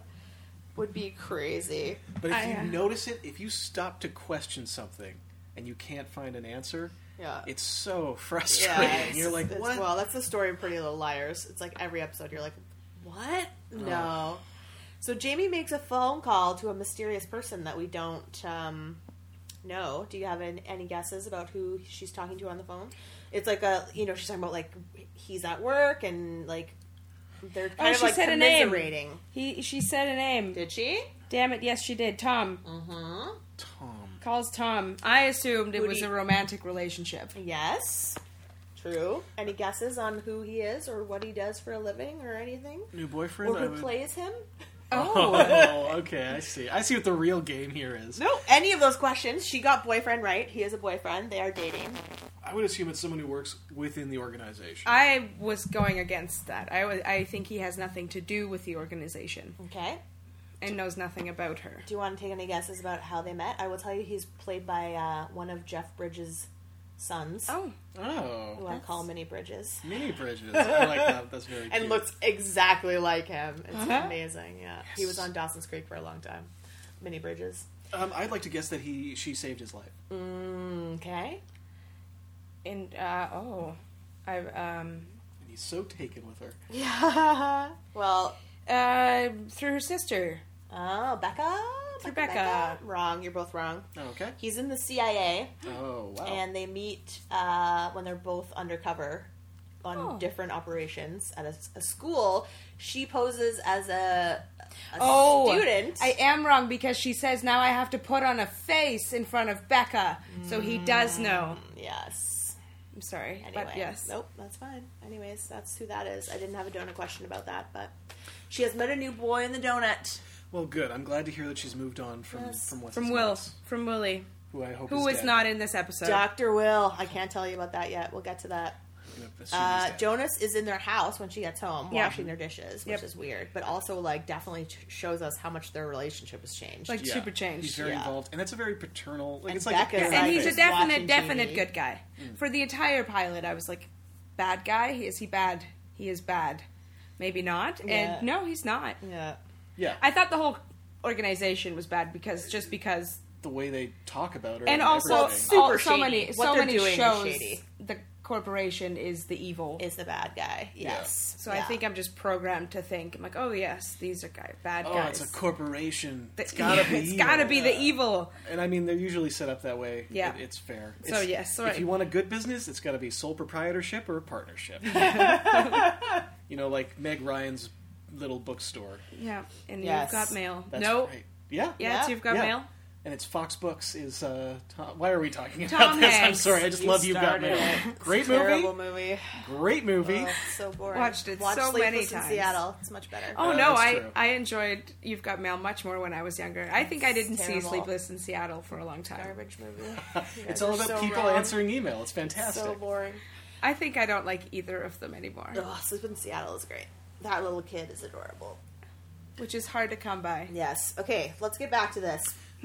would be crazy. but if I, you uh, notice it, if you stop to question something and you can't find an answer, Yeah. it's so [LAUGHS] frustrating. Yeah, it's- You're like, it's- what? Well, that's the story of Pretty Little Liars. It's like every episode, you're like, what? Oh. No. So Jamie makes a phone call to a mysterious person that we don't um, know. Do you have any, any guesses about who she's talking to on the phone? It's like a you know she's talking about like he's at work and like they're kind of Oh, she like said a name. commiserating. He, she said a name. Did she? Damn it, yes, she did. Tom. Mm. Tom. Calls Tom. I assumed it Who do was you- a romantic relationship. Yes. True. Any guesses on who he is or what he does for a living or anything? New boyfriend? Or I who would- plays him? [LAUGHS] [LAUGHS] Oh, okay. I see. I see what the real game here is. No, any of those questions. She got boyfriend right. He is a boyfriend. They are dating. I would assume it's someone who works within the organization. I was going against that. I, was, I think he has nothing to do with the organization Okay. and knows nothing about her. Do you want to take any guesses about how they met? I will tell you he's played by uh, one of Jeff Bridges' sons, Oh, who Oh, I call Minnie Bridges. mini bridges. I like that. That's very And cute. looks exactly like him. It's amazing, yeah. He was on Dawson's Creek for a long time. Minnie Bridges. Um, I'd like to guess that he she saved his life. Okay. and, uh, oh. I, um, And he's so taken with her. Yeah. Well, uh, through her sister. oh, Becca? Through Becca. Wrong. You're both wrong. Oh, okay. He's in the CIA. Oh wow. and they meet uh, when they're both undercover on Oh. different operations at a, a school. She poses as a, a student. Oh. I am wrong because she says now I have to put on a face in front of Becca, so he does know. yes. I'm sorry, Anyway, but yes, Nope, that's fine. Anyways, that's who that is. I didn't have a donut question about that, but she has met a new boy in the donut. well, good. I'm glad to hear that she's moved on from Yes. from what's from his Will, nuts, from Willie, who I hope who is is dead. not in this episode. Dr. Will. I can't tell you about that yet. We'll get to that. I'm gonna assume he's Uh, dead. Jonas is in their house when she gets home Yeah. washing their dishes, which Yep. is weird, but also like definitely t- shows us how much their relationship has changed. like Yeah. super changed. He's very Yeah. involved, and that's a very paternal. Like And it's like a Becca's parent like- and he's a thing. Just dad. definite, watching Mm. definite TV. good guy. For the entire pilot, I was like, bad guy. He is he bad? He is bad. Maybe not. Yeah. And no, he's not. yeah. yeah. I thought the whole organization was bad because just because the way they talk about her, and also everything. super all, so shady. many What so they're many doing is shows shady. the corporation is the evil is the bad guy. Yes. so i think i'm just programmed to think i'm like oh yes these are guy, bad oh, guys it's a corporation. The- [LAUGHS] it's gotta be. it's gotta be the evil. evil And I mean, they're usually set up that way. Yeah. It- it's fair. So, It's- yes, so if I- you want a good business, it's got to be sole proprietorship or a [LAUGHS] partnership. [LAUGHS] you know, like Meg Ryan's little bookstore. yeah and Yes. you've got mail That's no right. Yeah. yeah, it's Yeah. you've got Yeah. mail And it's Fox Books is. Uh, Tom, why are we talking about Tom this? I'm Hanks. sorry. I just love you've got mail. Great Terrible movie. movie. Great movie. Oh, so boring. Watched it Watch so Sleepless many in times. Seattle. It's much better. oh Yeah, no Uh, that's i true. i enjoyed you've got mail much more when i was younger i think i didn't see terrible. sleepless in seattle for a long time Garbage movie. You it's guys all are about so people wrong. answering email. It's fantastic. So boring. i think i don't like either of them anymore Oh, Sleep in Seattle is great. That little kid is adorable. which is hard to come by Yes. Okay, let's get back to this.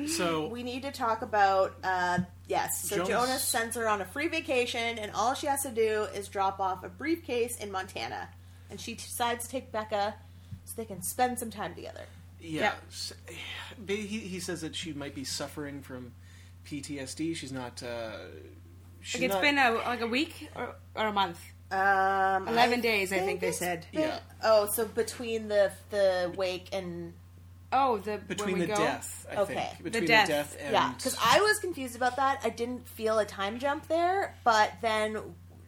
So We need to talk about uh yes. So Jonas- Jonas, sends her on a free vacation and all she has to do is drop off a briefcase in Montana. And she decides to take Becca so they can spend some time together. Yeah. s- but He, he says that she might be suffering from PTSD. She's not. Uh, she's Like it's not- been a, like a week or, or a month. Um, 11 days, I think they it's said. been- Yeah. Oh, so between the the wake and Oh, the between when we the go, death. I Okay. think. The Between death. and yeah, because I was confused about that. I didn't feel a time jump there, but then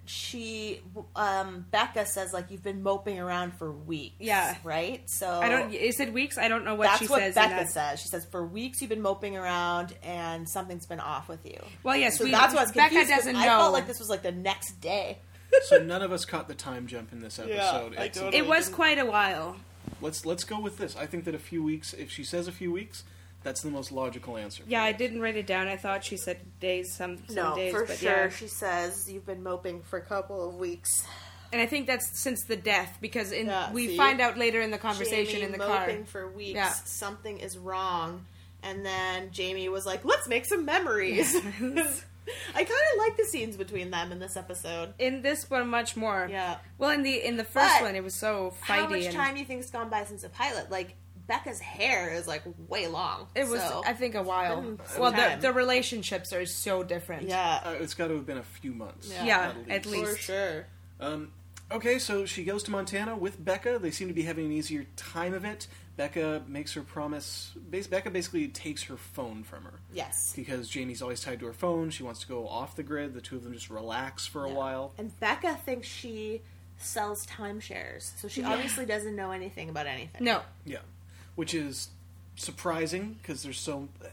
she um becca says like you've been moping around for weeks Yeah. right so I don't. Is it weeks? I don't know what that's she what says. in becca that. says she says for weeks you've been moping around and something's been off with you Well, yes, so we, that's why I was Becca confused 'cause doesn't know. i felt like this was like the next day so none of us caught the time jump [LAUGHS] in this episode. I It's- totally- it was quite a while. let's let's go with this. I think that a few weeks. If she says a few weeks, that's the most logical answer. Yeah, I didn't write it down. I thought she said days, some, some days, for but sure yeah. she says you've been moping for a couple of weeks And I think that's since the death because in, Yeah, we see? find out later in the conversation Jamie in the car. moping for weeks. Yeah. Something is wrong. And then Jamie was like, "Let's make some memories." [LAUGHS] I kind of like the scenes between them in this episode. In this one, much more. Yeah. Well, in the in the first But one, it was so fighty. How much and time do you think's gone by since the pilot? Like Becca's hair is like way long. It was, So, I think, a while. been some Well, the, time. the relationships are so different. yeah, Uh, it's got to have been a few months. Yeah. Yeah, At at for least. sure. Um, Okay, so she goes to Montana with Becca. They seem to be having an easier time of it. Becca makes her promise. Bas- Becca basically takes her phone from her. Yes. Because Jamie's always tied to her phone. She wants to go off the grid. The two of them just relax for a while. And Becca thinks she sells timeshares, so she obviously doesn't know anything about anything. No. Yeah. Which is surprising because there's so. eh,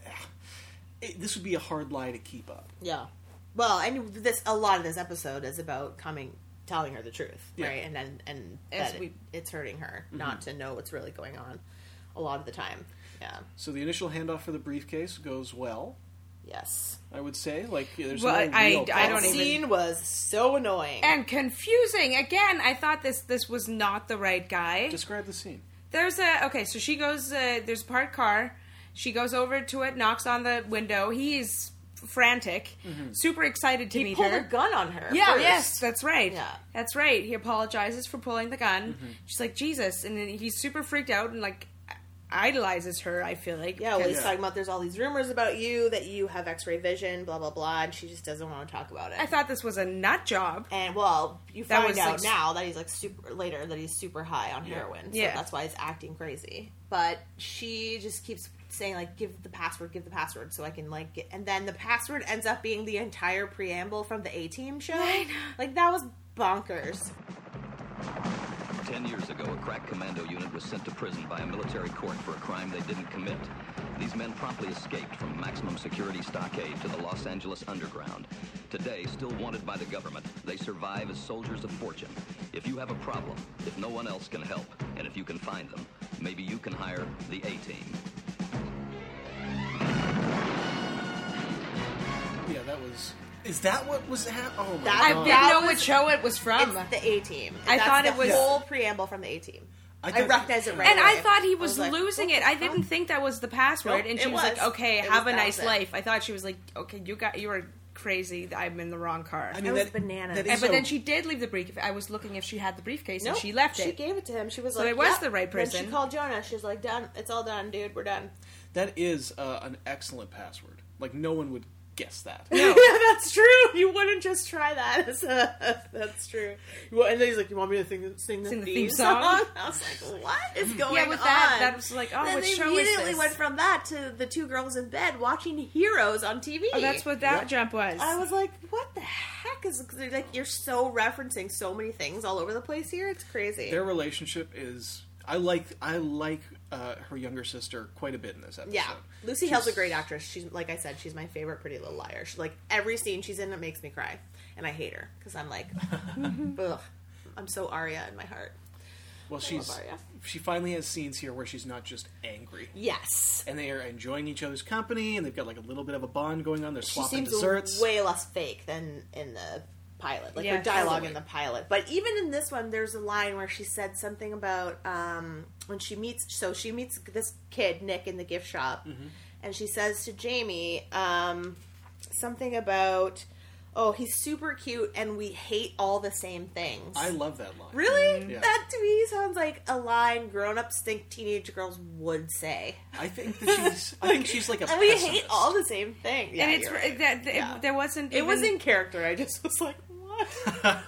It, this would be a hard lie to keep up. Yeah. Well, and this a lot of this episode is about coming telling her the truth, Yeah. right? And then and As that we- Mm-hmm. it, it's hurting her not to know what's really going on a lot of the time. Yeah. So the initial handoff for the briefcase goes well, Yes. I would say. Like, there's Well, no I- real I don't That problem. even- scene was so annoying. And confusing. Again, I thought this this was not the right guy. Describe the scene. There's a okay, so she goes. Uh, there's a parked car. She goes over to it, knocks on the window. He is frantic, super excited to Mm-hmm. he meet pulled her. a gun on her. Yeah, first. yes, that's right. Yeah. Mm-hmm. That's right. He apologizes for pulling the gun. She's like, Jesus. And then he's super freaked out and like idolizes her, I feel like. Yeah, well, he's because- talking about there's all these rumors about you that you have X-ray vision, blah blah blah, and she just doesn't want to talk about it. I thought this was a nut job. and well, you That find was, out like, now that he's like super later that he's super high on heroin. So Yeah. that's why he's acting crazy. But she just keeps saying like, "Give the password, give the password," so I can like get. And then the password ends up being the entire preamble from the A Team show. Like that was bonkers. Ten years ago, a crack commando unit was sent to prison by a military court for a crime they didn't commit. These men promptly escaped from maximum security stockade to the Los Angeles underground. Today, still wanted by the government, they survive as soldiers of fortune. If you have a problem, if no one else can help, and if you can find them, maybe you can hire the A-Team. Yeah, that was. Is that what was happening? Oh my That- I Oh. didn't That know was- what show it was from. It's the A Team. I thought it was- the whole preamble from the A Team. I I, thought- recognize it right and I away. thought he I was, like, losing what it. the I didn't fuck? think that was the password. Nope, and she it was, like, was. okay, It was have a that nice thing. life. I thought she was like, okay, you got, you are crazy. I'm in the wrong car. I mean, was that, bananas. that And- is but a- then she did leave the briefcase. I was looking if she had the briefcase Nope, and she left She it. gave it to him. She was So like, it was "Yep." the right Then person. she called Jonah. She's like, "Done. It's all done, dude. We're done." That is uh, an excellent password. Like no one would guess that. [LAUGHS] yeah, that's true. You wouldn't just try that. As a, [LAUGHS] that's true. You wa- And then he's like, "You want me to sing, sing, the, Sing theme song?" [LAUGHS] I was like, "What is going on?" yeah, with that, that was like, oh, Then what they show is immediately this? went from that to the two girls in bed watching Heroes on TV. oh, that's what that jump was. I was like, "What the heck is like?" You're so referencing so many things all over the place here. It's crazy. Their relationship is. I like I like uh, her younger sister quite a bit in this episode. yeah, Lucy Hale's a great actress. She's like I said, she's my favorite Pretty Little Liar. She, like every scene she's in, it makes me cry, and I hate her because I'm like, [LAUGHS] ugh, I'm so Arya in my heart. Well, she's Arya. she finally has scenes here where she's not just angry, Yes. and they are enjoying each other's company, and they've got like a little bit of a bond going on. They're She swapping seems desserts. way less fake than in the pilot. Like Yeah, her dialogue totally. in the pilot. But even in this one, there's a line where she said something about um, when she meets. So she meets this kid, Nick, in the gift shop. Mm-hmm. And she says to Jamie um, something about, oh, he's super cute and we hate all the same things. I love that line. Mm-hmm. Really? Yeah. That to me sounds like a line grown ups think teenage girls would say. I think that she's. I think she's like a. And [LAUGHS] we hate pessimist. all the same thing. Yeah, and it's you're right. that, that- Yeah. there wasn't. It even- was in character. I just was like, what?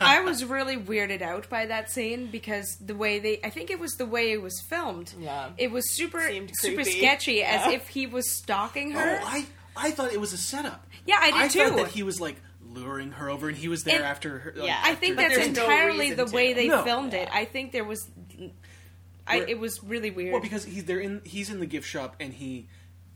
I was really weirded out by that scene because the way they, I think it was the way it was filmed. Yeah. it was super Seemed super creepy. sketchy, as Yeah. if he was stalking Oh, her. I I thought it was a setup. Yeah, I did I too. thought that he was like luring her over, and he was there And- after her. like, Yeah. I think But that's there's no entirely reason the to. way they No. filmed it. I think there was, I, We're- it was really weird. Well, because he's they're in he's in the gift shop and he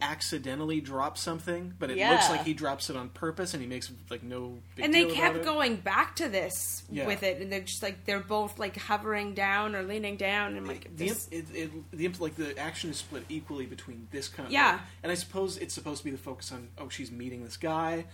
accidentally drops something, but it looks Yeah. like he drops it on purpose and he makes like no big and they deal about kept it. going back to this Yeah. with it, and they're just like they're both like hovering down or leaning down, and like The, imp- this- it, it, the imp- like the action is split equally between this kind of Yeah. and I suppose it's supposed to be the focus on oh she's meeting this guy,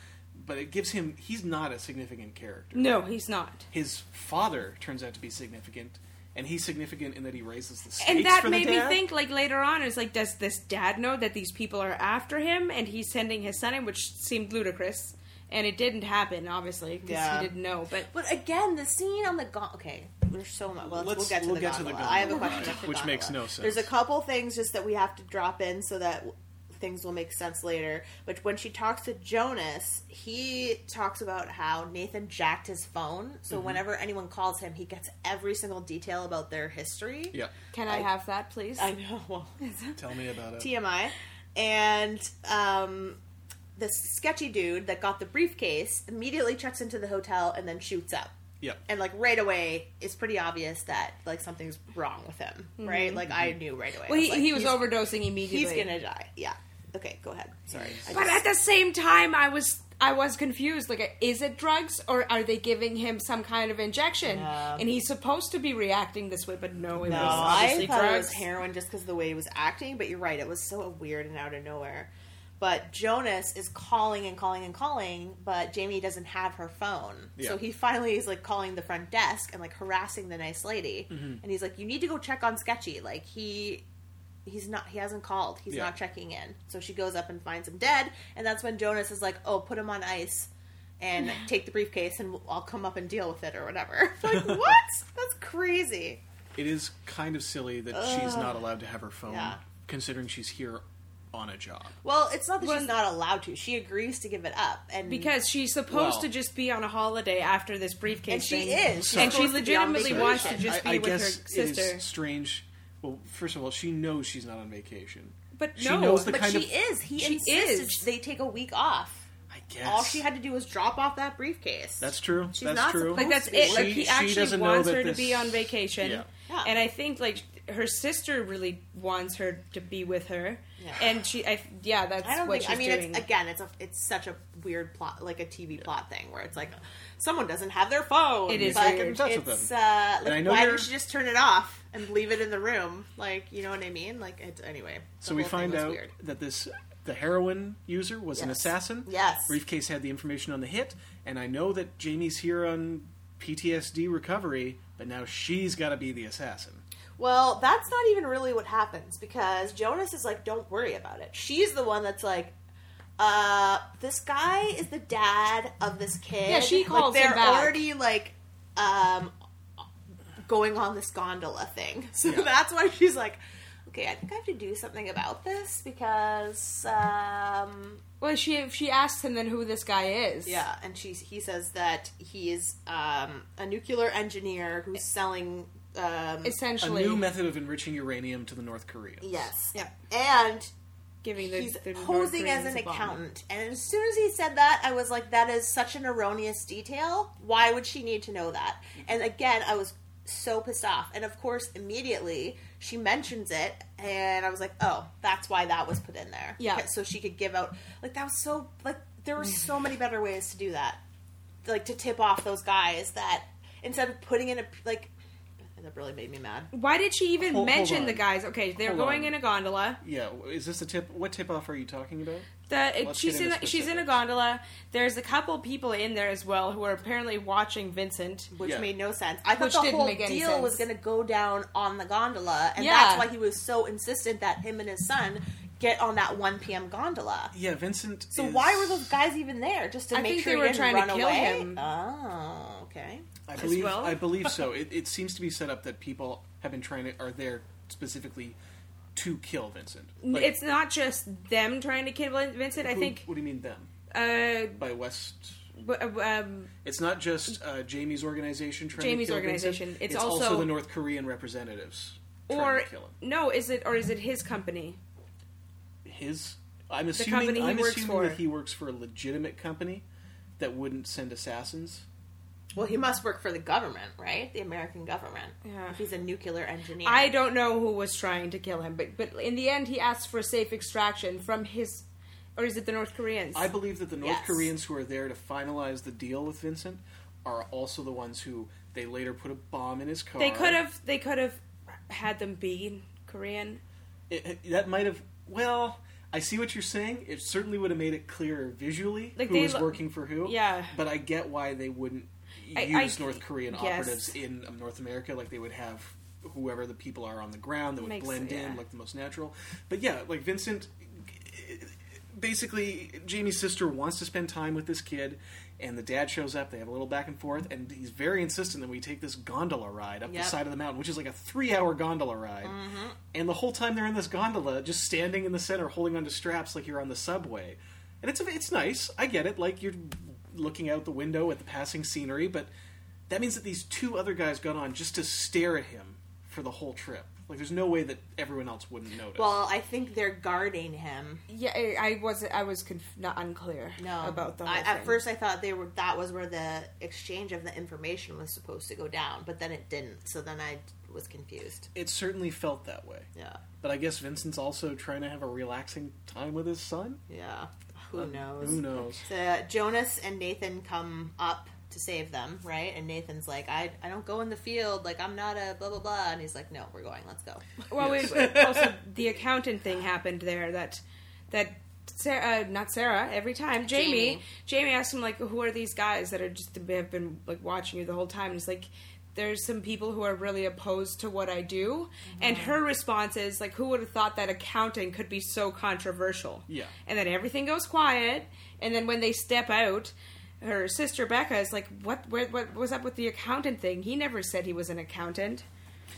but it gives him he's not a significant character. no, he's not. His father turns out to be significant, and he's significant in that he raises the stakes and that for the made me dad. think like later on is like does this dad know that these people are after him and he's sending his son in which seemed ludicrous and it didn't happen obviously because Yeah. he didn't know but [LAUGHS] But again, the scene on the gondola. Okay, there's so much. Well, Let's- we'll get to we'll the get to the gondola. gondola. I have a question, about the Which makes gondola. no sense. There's a couple things just that we have to drop in so that w- things will make sense later. But when she talks to Jonas, he talks about how Nathan jacked his phone, Mm-hmm. so whenever anyone calls him, he gets every single detail about their history. Yeah, can i, have that please I know. Well, tell me about it. TMI, and um, this sketchy dude that got the briefcase immediately checks into the hotel and then shoots up. Yeah. And like right away, it's pretty obvious that like something's wrong with him, right? Like I knew right away. I Mm-hmm. well he, like, he was he's- overdosing immediately He's gonna die. Yeah. Okay, go ahead. Sorry. I but just- at the same time i was i was confused like is it drugs or are they giving him some kind of injection and he's supposed to be reacting this way but no it no, was I obviously thought drugs it was heroin just because the way he was acting. But you're right; it was so weird and out of nowhere. But Jonas is calling and calling and calling, but Jamie doesn't have her phone. Yeah. So he finally is like calling the front desk and like harassing the nice lady. And he's like, "You need to go check on Sketchy. Like he he's not he hasn't called. He's Yeah. not checking in." So she goes up and finds him dead, and that's when Jonas is like, "Oh, put him on ice." And take the briefcase, and I'll come up and deal with it or whatever. [LAUGHS] like what? That's crazy. It is kind of silly that she's not allowed to have her phone, Yeah. considering she's here on a job. Well, it's not that she's not allowed to. She agrees to give it up, and because she's supposed Wow. to just be on a holiday after this briefcase and she thing. is, and she supposed to be on legitimately vacation. wants to just be I, I with guess her it sister. is strange. Well, first of all, she knows she's not on vacation. But she no, knows the But kind she of. is. He She insisted is. they take a week off. I guess All she had to do was drop off that briefcase. That's true. She's That's not true. supposed Like that's She- it. Like she he actually doesn't know wants that her to this- be on vacation, Yeah. Yeah. and I think like her sister really wants her to be with her, and she, I, yeah, that's I don't what think. she's I mean, doing. it's again, it's a, it's such a weird plot, like a TV plot thing, where it's like someone doesn't have their phone. It is but weird. It's, uh, I like, know why you're- didn't she just turn it off and leave it in the room? Like, you know what I mean? Like, it's anyway. the so we whole thing find was out weird. that this the heroin user was an Yes. assassin. Yes. Briefcase had the information on the hit, and I know that Jamie's here on PTSD recovery, but now she's got to be the assassin. Well, that's not even really what happens because Jonas is like, don't worry about it. She's the one that's like, uh, this guy is the dad of this kid. Yeah, she calls like, They're him back. already like, um, going on this gondola thing. [LAUGHS] So that's why she's like, okay, I think I have to do something about this because, um, well, she she asks him then who this guy is. yeah. And she he says that he is um, a nuclear engineer who's selling. Um, A essentially new method of enriching uranium to the North Koreans. yes. Yeah. And giving the, he's the North posing as Koreans an a bomb. accountant. And as soon as he said that, I was like, that is such an erroneous detail. Why would she need to know that? And again, I was so pissed off. And of course, immediately she mentions it, and I was like, oh, that's why that was put in there. Yeah. Because- So she could give out, like, that was so, like, there were so many better ways to do that. Like, to tip off those guys that instead of putting in a, like, that really made me mad. Why did she even Hold- hold mention on. the guys? Okay, they're Hold going on. in a gondola. Yeah, is this the tip? What tip off are you talking about? The, Let's she's get in into a, she's in a specifics. gondola. There's a couple people in there as well who are apparently watching Vincent. which Yeah. made no sense. I thought Which the didn't whole make any deal sense. was going to go down on the gondola, and Yeah. that's why he was so insistent that him and his son get on that 1 p.m. gondola. Yeah, Vincent. So is- why were those guys even there? Just to I make think sure they he were didn't trying to run kill away? him. Oh, okay. I believe well? I believe [LAUGHS] so. It, it seems to be set up that people have been trying to are there specifically to kill Vincent. Like, it's not just them trying to kill Vin- Vincent. I who- think What do you mean them? uh, By West. w- um, It's not just uh, Jamie's organization trying Jamie's to kill organization. Vincent. It's also, also- the North Korean representatives or trying to kill him. no, is it or is it his company? His. I'm assuming. company he I'm works assuming for. that he works for a legitimate company. that wouldn't send assassins. Well, he must work for the government, right? The American government. Yeah. If he's a nuclear engineer. I don't know who was trying to kill him, but but in the end, he asked for safe extraction from his, or is it the North Koreans? I believe that the North Yes. Koreans who are there to finalize the deal with Vincent are also the ones who they later put a bomb in his car. they could have they could have had them be Korean. It- it- that might have. Well, I see what you're saying. It certainly would have made it clearer visually Like, who they was lo- working for who. Yeah. But I get why they wouldn't I- use I- North Korean yes. operatives in um, North America. Like they would have whoever the people are on the ground that would Makes- blend yeah. in like the most natural. But yeah, like Vincent. Basically, Jamie's sister wants to spend time with this kid, and the dad shows up. They have a little back and forth, and he's very insistent that we take this gondola ride up Yep. the side of the mountain, which is like a three-hour gondola ride. Mm-hmm. And the whole time they're in this gondola, just standing in the center, holding onto straps like you're on the subway. And it's it's nice. I get it. Like you're looking out the window at the passing scenery, but that means that these two other guys got on just to stare at him for the whole trip. Like there's no way that everyone else wouldn't notice. Well, I think they're guarding him. Yeah, I, I was I was conf- not unclear No, about the whole I, at thing. first, I thought they were that was where the exchange of the information was supposed to go down, but then it didn't. So then I was confused. it certainly felt that way. Yeah, But I guess Vincent's also trying to have a relaxing time with his son. yeah. Who knows? Uh, Who knows? So uh, Jonas and Nathan come up to save them, right? And Nathan's like, I, I don't go in the field. Like I'm not a blah blah blah. And he's like, No, we're going. Let's go. Well, we, also the accountant thing happened there. That that Sarah, uh, not Sarah. Every time Jamie, Jamie. Jamie asked him like, "Who are these guys that are just have been like watching you the whole time?" And he's like, "There's some people who are really opposed to what I do." Mm-hmm. And her response is like, "Who would have thought that accounting could be so controversial?" Yeah. And then everything goes quiet. And then when they step out. Her sister Becca is like, what, where, what was up with the accountant thing? He never said he was an accountant,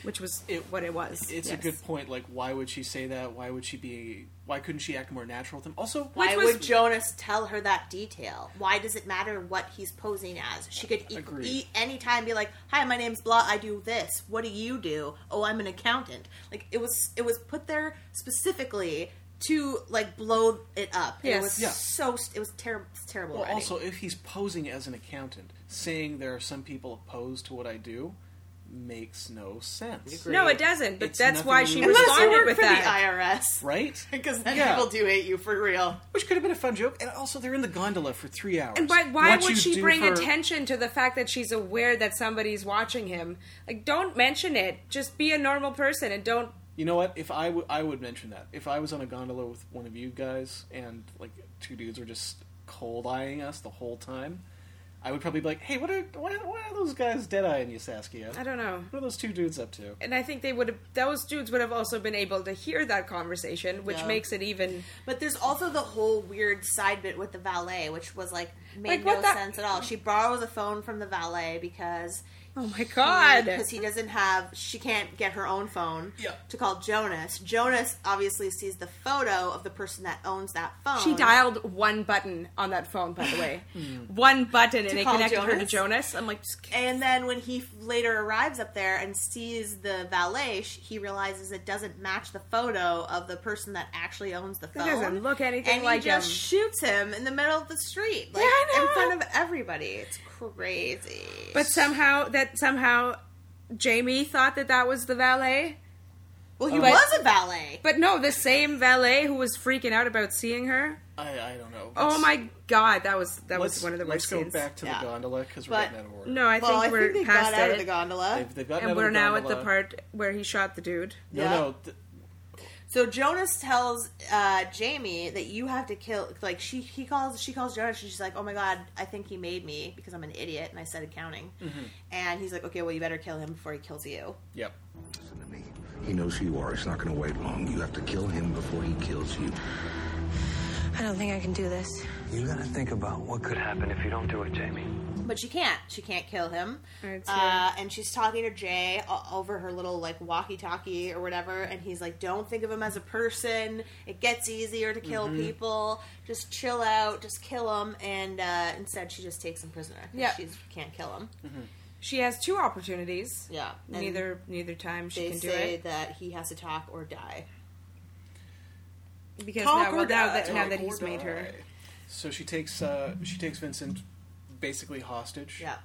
which was It- what it was. It's a Yes. good point. Like, why would she say that? Why would she be? Why couldn't she act more natural with him? Also, Why was- would Jonas tell her that detail? Why does it matter what he's posing as? She could e- Agreed. e- anytime be like, "Hi, my name's blah. I do this. What do you do? Oh, I'm an accountant." Like it was, it was put there specifically to like blow it up. It Yes. was Yeah. so st- it was terrible, terrible. Well, writing. also, if he's posing as an accountant, saying there are some people opposed to what I do makes no sense. No, it doesn't. But It's that's nothing why she really- unless you responded work with for that. the [LAUGHS] IRS, Right? Because then Yeah. people do hate you for real. Which could have been a fun joke. And also, they're in the gondola for three hours. And why, why What you would she do bring for- attention to the fact that she's aware that somebody's watching him? Like, don't mention it. Just be a normal person and don't. You know what? If I, w- I would mention that. If I was on a gondola with one of you guys and, like, two dudes were just cold eyeing us the whole time, I would probably be like, hey, what are, why, why are those guys dead eyeing you, Saskia? I don't know. What are those two dudes up to? And I think they would have. Those dudes would have also been able to hear that conversation, which Yeah. makes it even. But there's also the whole weird side bit with the valet, which was like Like, made what no the- sense at all. She borrows a phone from the valet because Oh my god! because he doesn't have she can't get her own phone Yeah. to call Jonas. Jonas obviously sees the photo of the person that owns that phone. She dialed one button on that phone, by the [LAUGHS] way. One button, and it call connected her Hmm. to Jonas? Jonas. I'm like, just kidding. And then when he later arrives up there and sees the valet, sh- he realizes it doesn't match the photo of the person that actually owns the phone. doesn't look anything and like he just him. shoots him in the middle of the street, Yeah, like I know. in front of everybody. It's crazy. but somehow that somehow Jamie thought that that was the valet. well, he Oh, but- was a valet. But no, the same valet who was freaking out about seeing her. I, I don't know. Oh Let's- my god, that was that let's, was one of the let's worst go scenes. back to Yeah. the gondola because we're But- getting out of order. No, I think well, I we're think they past got out it, of the gondola. They've, they've gotten out and of the we're now at the gondola. part where he shot the dude. No, Yeah. no. th- So Jonas tells uh, Jamie that you have to kill. Like she, he calls. She calls Jonas, and she's like, "Oh my god, I think he made me because I'm an idiot and I said accounting." And he's like, "Okay, well, you better kill him before he kills you." yep. Listen to me. He knows who you are. He's not going to wait long. You have to kill him before he kills you. I don't think I can do this. You gotta think about what could happen if you don't do it, Jamie. But she can't. She can't kill him. Right, so- uh, and she's talking to Jay o- over her little like walkie-talkie or whatever, and he's like, "Don't think of him as a person. It gets easier to kill people. Just chill out. Just kill him." And uh, instead, she just takes him prisoner. Yeah. she can't kill him. She has two opportunities. Yeah, and- Neither neither time she they can do say it. that he has to talk or die. Because Talk now, or well, now die. that now Talk that he's made her So she takes uh, she takes Vincent basically hostage. Yeah.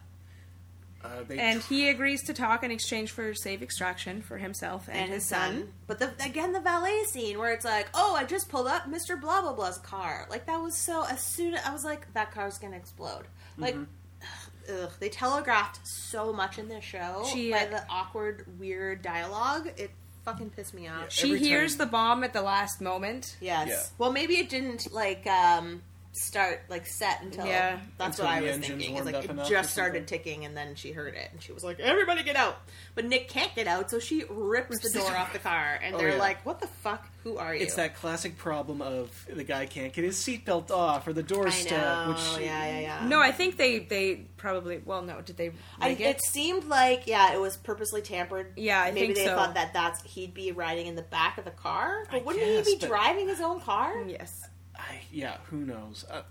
Uh, they And he agrees to talk in exchange for safe extraction for himself and, and his son. But the, again, the valet scene where it's like, oh, I just pulled up Mr. Blah Blah Blah's car. Like that was so. As soon I was like, that car's gonna explode. Mm-hmm. Like, ugh, they telegraphed so much in this show She- uh, by the awkward, weird dialogue. It fucking pissed me off. Yeah. She Every hears time- the bomb at the last moment. Yes. Yeah. Well, maybe it didn't like um start like set until Yeah. that's Until what I the was engines thinking. It's warmed like up it enough or just started something. ticking and then she heard it and she was like, "Everybody get out!" But Nick can't get out, so she rips the door off the car and [LAUGHS] Oh, they're yeah. like, "What the fuck? Who are you?" It's that classic problem of the guy can't get his seatbelt off or the door I stuck, know. which yeah, yeah, yeah. No, I think they they probably well no did they I, rig it? it seemed like yeah, it was purposely tampered. Yeah, I maybe think they so. thought that that's he'd be riding in the back of the car, but I wouldn't guess, he be but- driving his own car? yes. I, yeah, who knows? Uh,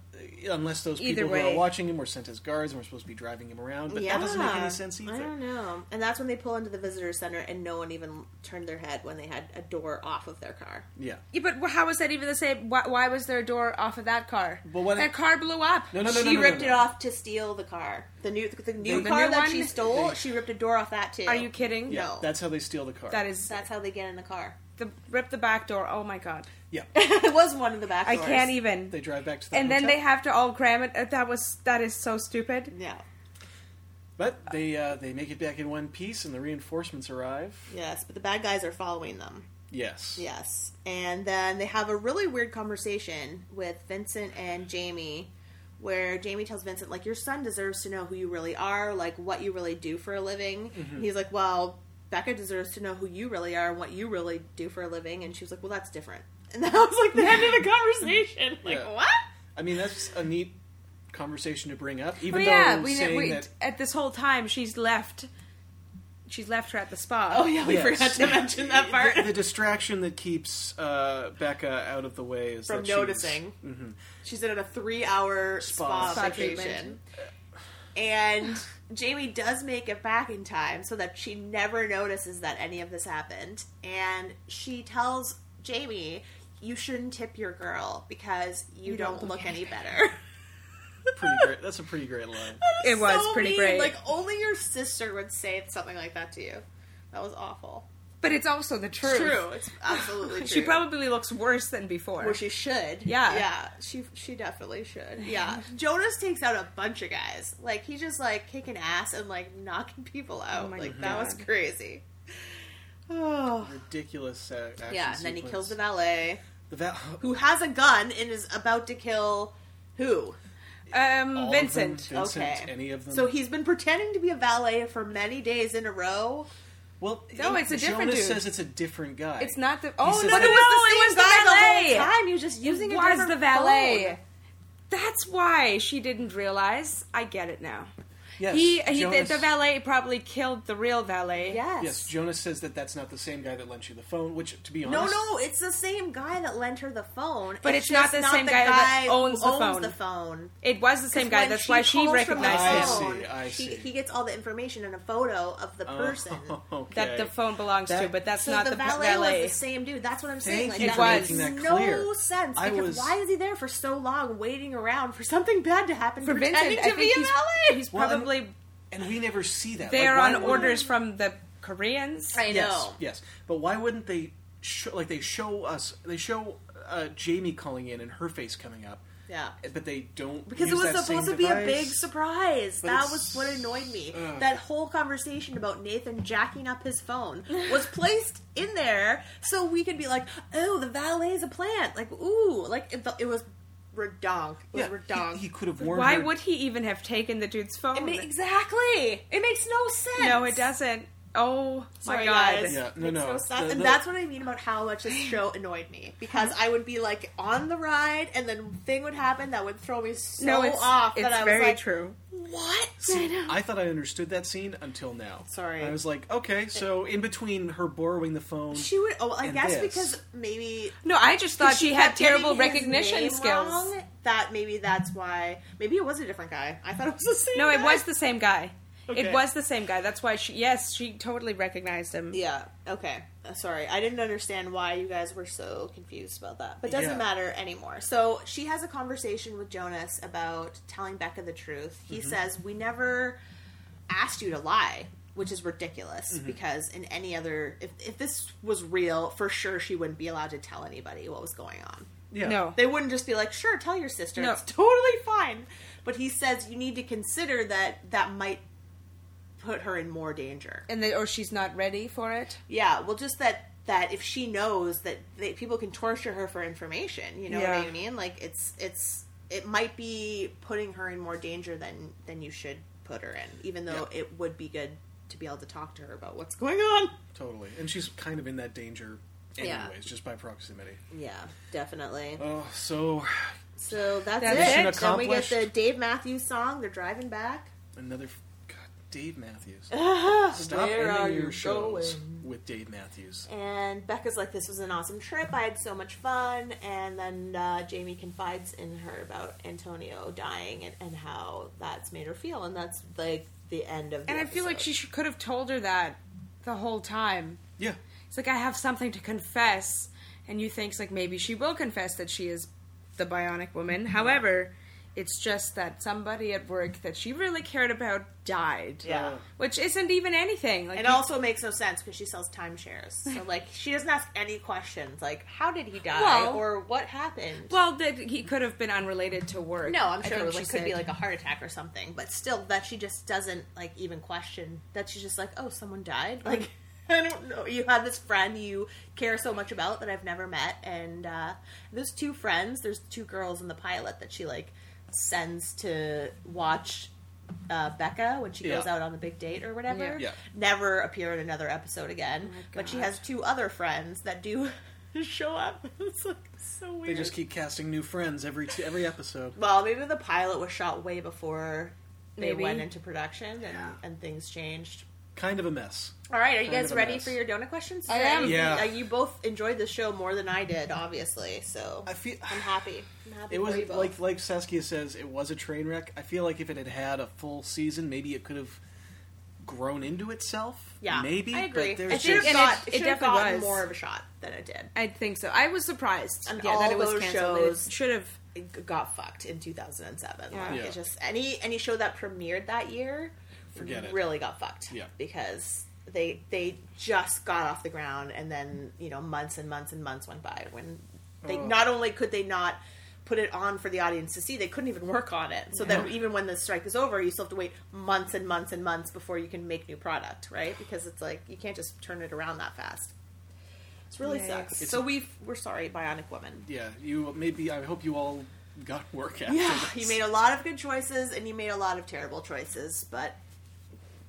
unless those Either people who way. are watching him were sent as guards and were supposed to be driving him around, but that doesn't make Yeah. any sense either. I don't know. And that's when they pull into the visitor center, and no one even turned their head when they had a door off of their car. Yeah. Yeah, but how was that even the same? Why, why was there a door off of that car? But when that it- car blew up. No, no, no, she no, no, no, ripped no. it off to steal the car. The new the new The car new that one? she stole, she ripped a door off that too. Are you kidding? Yeah, No. that's how they steal the car. That is That's how they get in the car. [LAUGHS] the rip the back door. Oh my god, yeah. it was one of the back. I doors. can't even. They drive back to the and then hotel. they have to all cram it. Uh, That was that is so stupid. Yeah. But they uh, they make it back in one piece, and the reinforcements arrive. Yes, but the bad guys are following them. Yes. Yes. And then they have a really weird conversation with Vincent and Jamie where Jamie tells Vincent, like, your son deserves to know who you really are, like, what you really do for a living. And he's like, well, Becca deserves to know who you really are and what you really do for a living. And she was like, well, that's different. [LAUGHS] And that was like the end of the conversation. Like, Yeah. what? I mean, that's a neat conversation to bring up, even But though yeah, we, saying we that. at this whole time she's left. She's left her at the spa. Oh, [LAUGHS] yeah, we Yes. forgot to mention that part. The, the distraction that keeps uh, Becca out of the way is From that she was- noticing. She's in a three hour spa, Spa. Mm-hmm. Spa vacation. treatment. And Jamie does make it back in time so that she never notices that any of this happened. And she tells Jamie, You shouldn't tip your girl because you, don't, look any better. pretty [LAUGHS] great. That's a pretty great line. it [LAUGHS] was So pretty mean. great. Like, only your sister would say something like that to you. That was awful. but it's also the truth. True. It's absolutely [LAUGHS] true. She probably looks worse than before. Or she should. Yeah. Yeah. She she definitely should. Yeah. Jonas takes out a bunch of guys. Like he's just like kicking ass and like knocking people out. Oh my like that was God. crazy. Oh. Ridiculous. Uh, action [SIGHS] Yeah, and then he sequence. kills the valet The val- [GASPS] who has a gun and is about to kill who? all um, of them, Vincent. Vincent. okay. Any of them. So he's been pretending to be a valet for many days in a row. Well, No, it's a different Jonas dude. says it's a different guy. It's not the. Oh says no, that- it was the, it was the valet. the whole time. He was just using a was different the valet. phone. That's why she didn't realize. I get it now. Yes, he, he Jonas- the valet probably killed the real valet. Yes. Yes, Jonas says that that's not the same guy that lent you the phone. Which, to be No, honest, no, it's the same guy that lent her the phone. But it's not just the same guy that who owns the phone. the phone. It was the same 'Cause guy. when That's why she calls from the recognized him. phone, I see, phone, I she- see. Oh. He gets all the information and a photo of [LAUGHS] the person. Okay. That the phone belongs to, That- but that's So not the, the, valet, valet. was the same dude. That's what I'm Thank saying. Like, you that for makes making that no clear. sense. I Because was- why is he there for so long, waiting around for something bad to happen? For Vincent, pretending to I be think he's, a valet. he's Well, and- probably and we never see that. there Like, why on would- orders from the Koreans. I know. Yes, yes. But why wouldn't they? Show, like they show us, they show uh, Jamie calling in and her face coming up. Yeah. but they don't Because use it that was supposed same to be a device. big surprise. But that it's- uh. was what annoyed me. Ugh. That whole conversation about Nathan jacking up his phone [LAUGHS] was placed in there so we could be like, oh, the valet's a plant. Like, ooh, like it, it was redonk. It was Yeah, redonk. he, he could have warned Why her. would he even have taken the dude's phone? It ma- exactly. It makes no sense. no, it doesn't. Oh Sorry, my god. guys. Yeah, no, Makes no. sense. The- and the- that's what I mean about how [LAUGHS] much this show annoyed me because I would be like on the ride, and then thing would happen that would throw me so No, it's off it's that I was very like, [LAUGHS] true. "What?" I thought I understood that scene until now. Sorry. I was like, okay, so in between her borrowing the phone, She would. Oh, I And guess this. because maybe No, I just thought she, had kept getting terrible his recognition name skills. wrong, that maybe that's why. Maybe it was a different guy. I thought it was the same. No, it guy. was the same guy. Okay. It was the same guy. That's why she. Yes, she totally recognized him. Yeah. Okay. Uh, Sorry, I didn't understand why you guys were so confused about that, but doesn't Yeah. matter anymore. So she has a conversation with Jonas about telling Becca the truth. He Mm-hmm. says, "We never asked you to lie." Which is ridiculous Mm-hmm. because in any other, if, if this was real, for sure she wouldn't be allowed to tell anybody what was going on. yeah. No. They wouldn't just be like, sure, tell your sister. No. It's [LAUGHS] totally fine. But he says you need to consider that that might put her in more danger. And they, or she's not ready for it. Yeah, well, just that that if she knows that they, people can torture her for information, you know what Yeah. I mean? Like it's it's it might be putting her in more danger than than you should put her in, even though Yeah. it would be good to be able to talk to her about what's going on. Totally. And she's kind of in that danger anyways, Yeah. just by proximity. Yeah, definitely. Oh, so so that's, That's it. it. Then we get accomplished. the Dave Matthews song. They're driving back. another God, Dave [LAUGHS] Matthews. Stop Where ending are your you shows with Dave Matthews. And Becca's like, "This was an awesome trip. I had so much fun." And then uh, Jamie confides in her about Antonio dying and, and how that's made her feel, and that's like the end of. The And I feel like she episode. should, could have told her that the whole time. Yeah. It's like I have something to confess, and you think it's like maybe she will confess that she is the bionic woman. However, it's just that somebody at work that she really cared about died. Yeah. Which isn't even anything. Like It you- also makes no sense because she sells [LAUGHS] timeshares, so like she doesn't ask any questions, like how did he die Well- or what happened. well, that he could have been unrelated to work. no, I'm I sure think it was, she like, could be said. like a heart attack or something, but still, that she just doesn't like even question. That she's just like, oh, someone died. [LAUGHS] Like, I don't know. You have this friend you care so much about that I've never met, and uh, those two friends. There's two girls in the pilot that she like sends to watch uh, Becca when she goes Yeah. out on the big date or whatever. Yeah. Yeah. Never appear in another episode again. but she God. has two other friends that do [LAUGHS] show up. [LAUGHS] it's like so weird. They just keep casting new friends every t- every episode. Well, maybe the pilot was shot way before they Maybe. went into production and, and things changed. Kind of a mess. All right, are you Kind guys of a ready mess. for your donut questions? I am. Yeah. Uh, you both enjoyed the show more than I did, obviously. So I feel [SIGHS] I'm happy. I'm happy it for you was both. like like Saskia says it was a train wreck. I feel like if it had had a full season, maybe it could have grown into itself. yeah, maybe. I agree. But there's it should have just and got, it- it it should've definitely gotten was. more of a shot than it did. I think so. I was surprised And yeah, all that it was those canceled. shows- It should have. It g- got fucked in 2007. Like, Yeah. It Yeah. just any any show that premiered that year Forget it. really got fucked. Yeah. because they they just got off the ground, and then you know months and months and months went by when they Oh. not only could they not put it on for the audience to see, they couldn't even work on it. So then even when the strike is over, you still have to wait months and months and months before you can make new product, right? Because it's like you can't just turn it around that fast. It really Yikes. sucks. so we we're sorry, Bionic Woman. yeah. You maybe I hope you all got [LAUGHS] work after. Yeah, this. you made a lot of good choices and you made a lot of terrible choices, but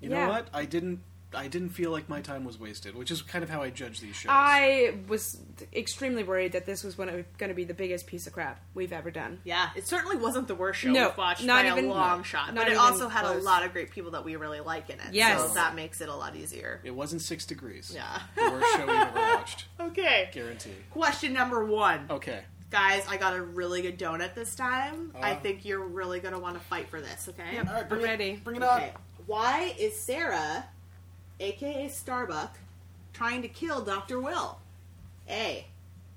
You Yeah. know what? I didn't. I didn't feel like my time was wasted, which is kind of how I judge these shows. I was extremely worried that this was going to be the biggest piece of crap we've ever done. yeah, it certainly wasn't the worst show No, we've watched not by even- a long shot. not But it even also had a close. lot of great people that we really like in it. Yes. So that makes it a lot easier. It wasn't six degrees. [LAUGHS] Yeah. The worst show we've ever watched. [LAUGHS] Okay. Guarantee. Question number one. Okay. Guys, I got a really good donut this time. I think you're really going to want to fight for this, okay? right, bring it- Ready. bring it Okay. Why is Sarah, aka Starbuck, trying to kill Dr. Will? A.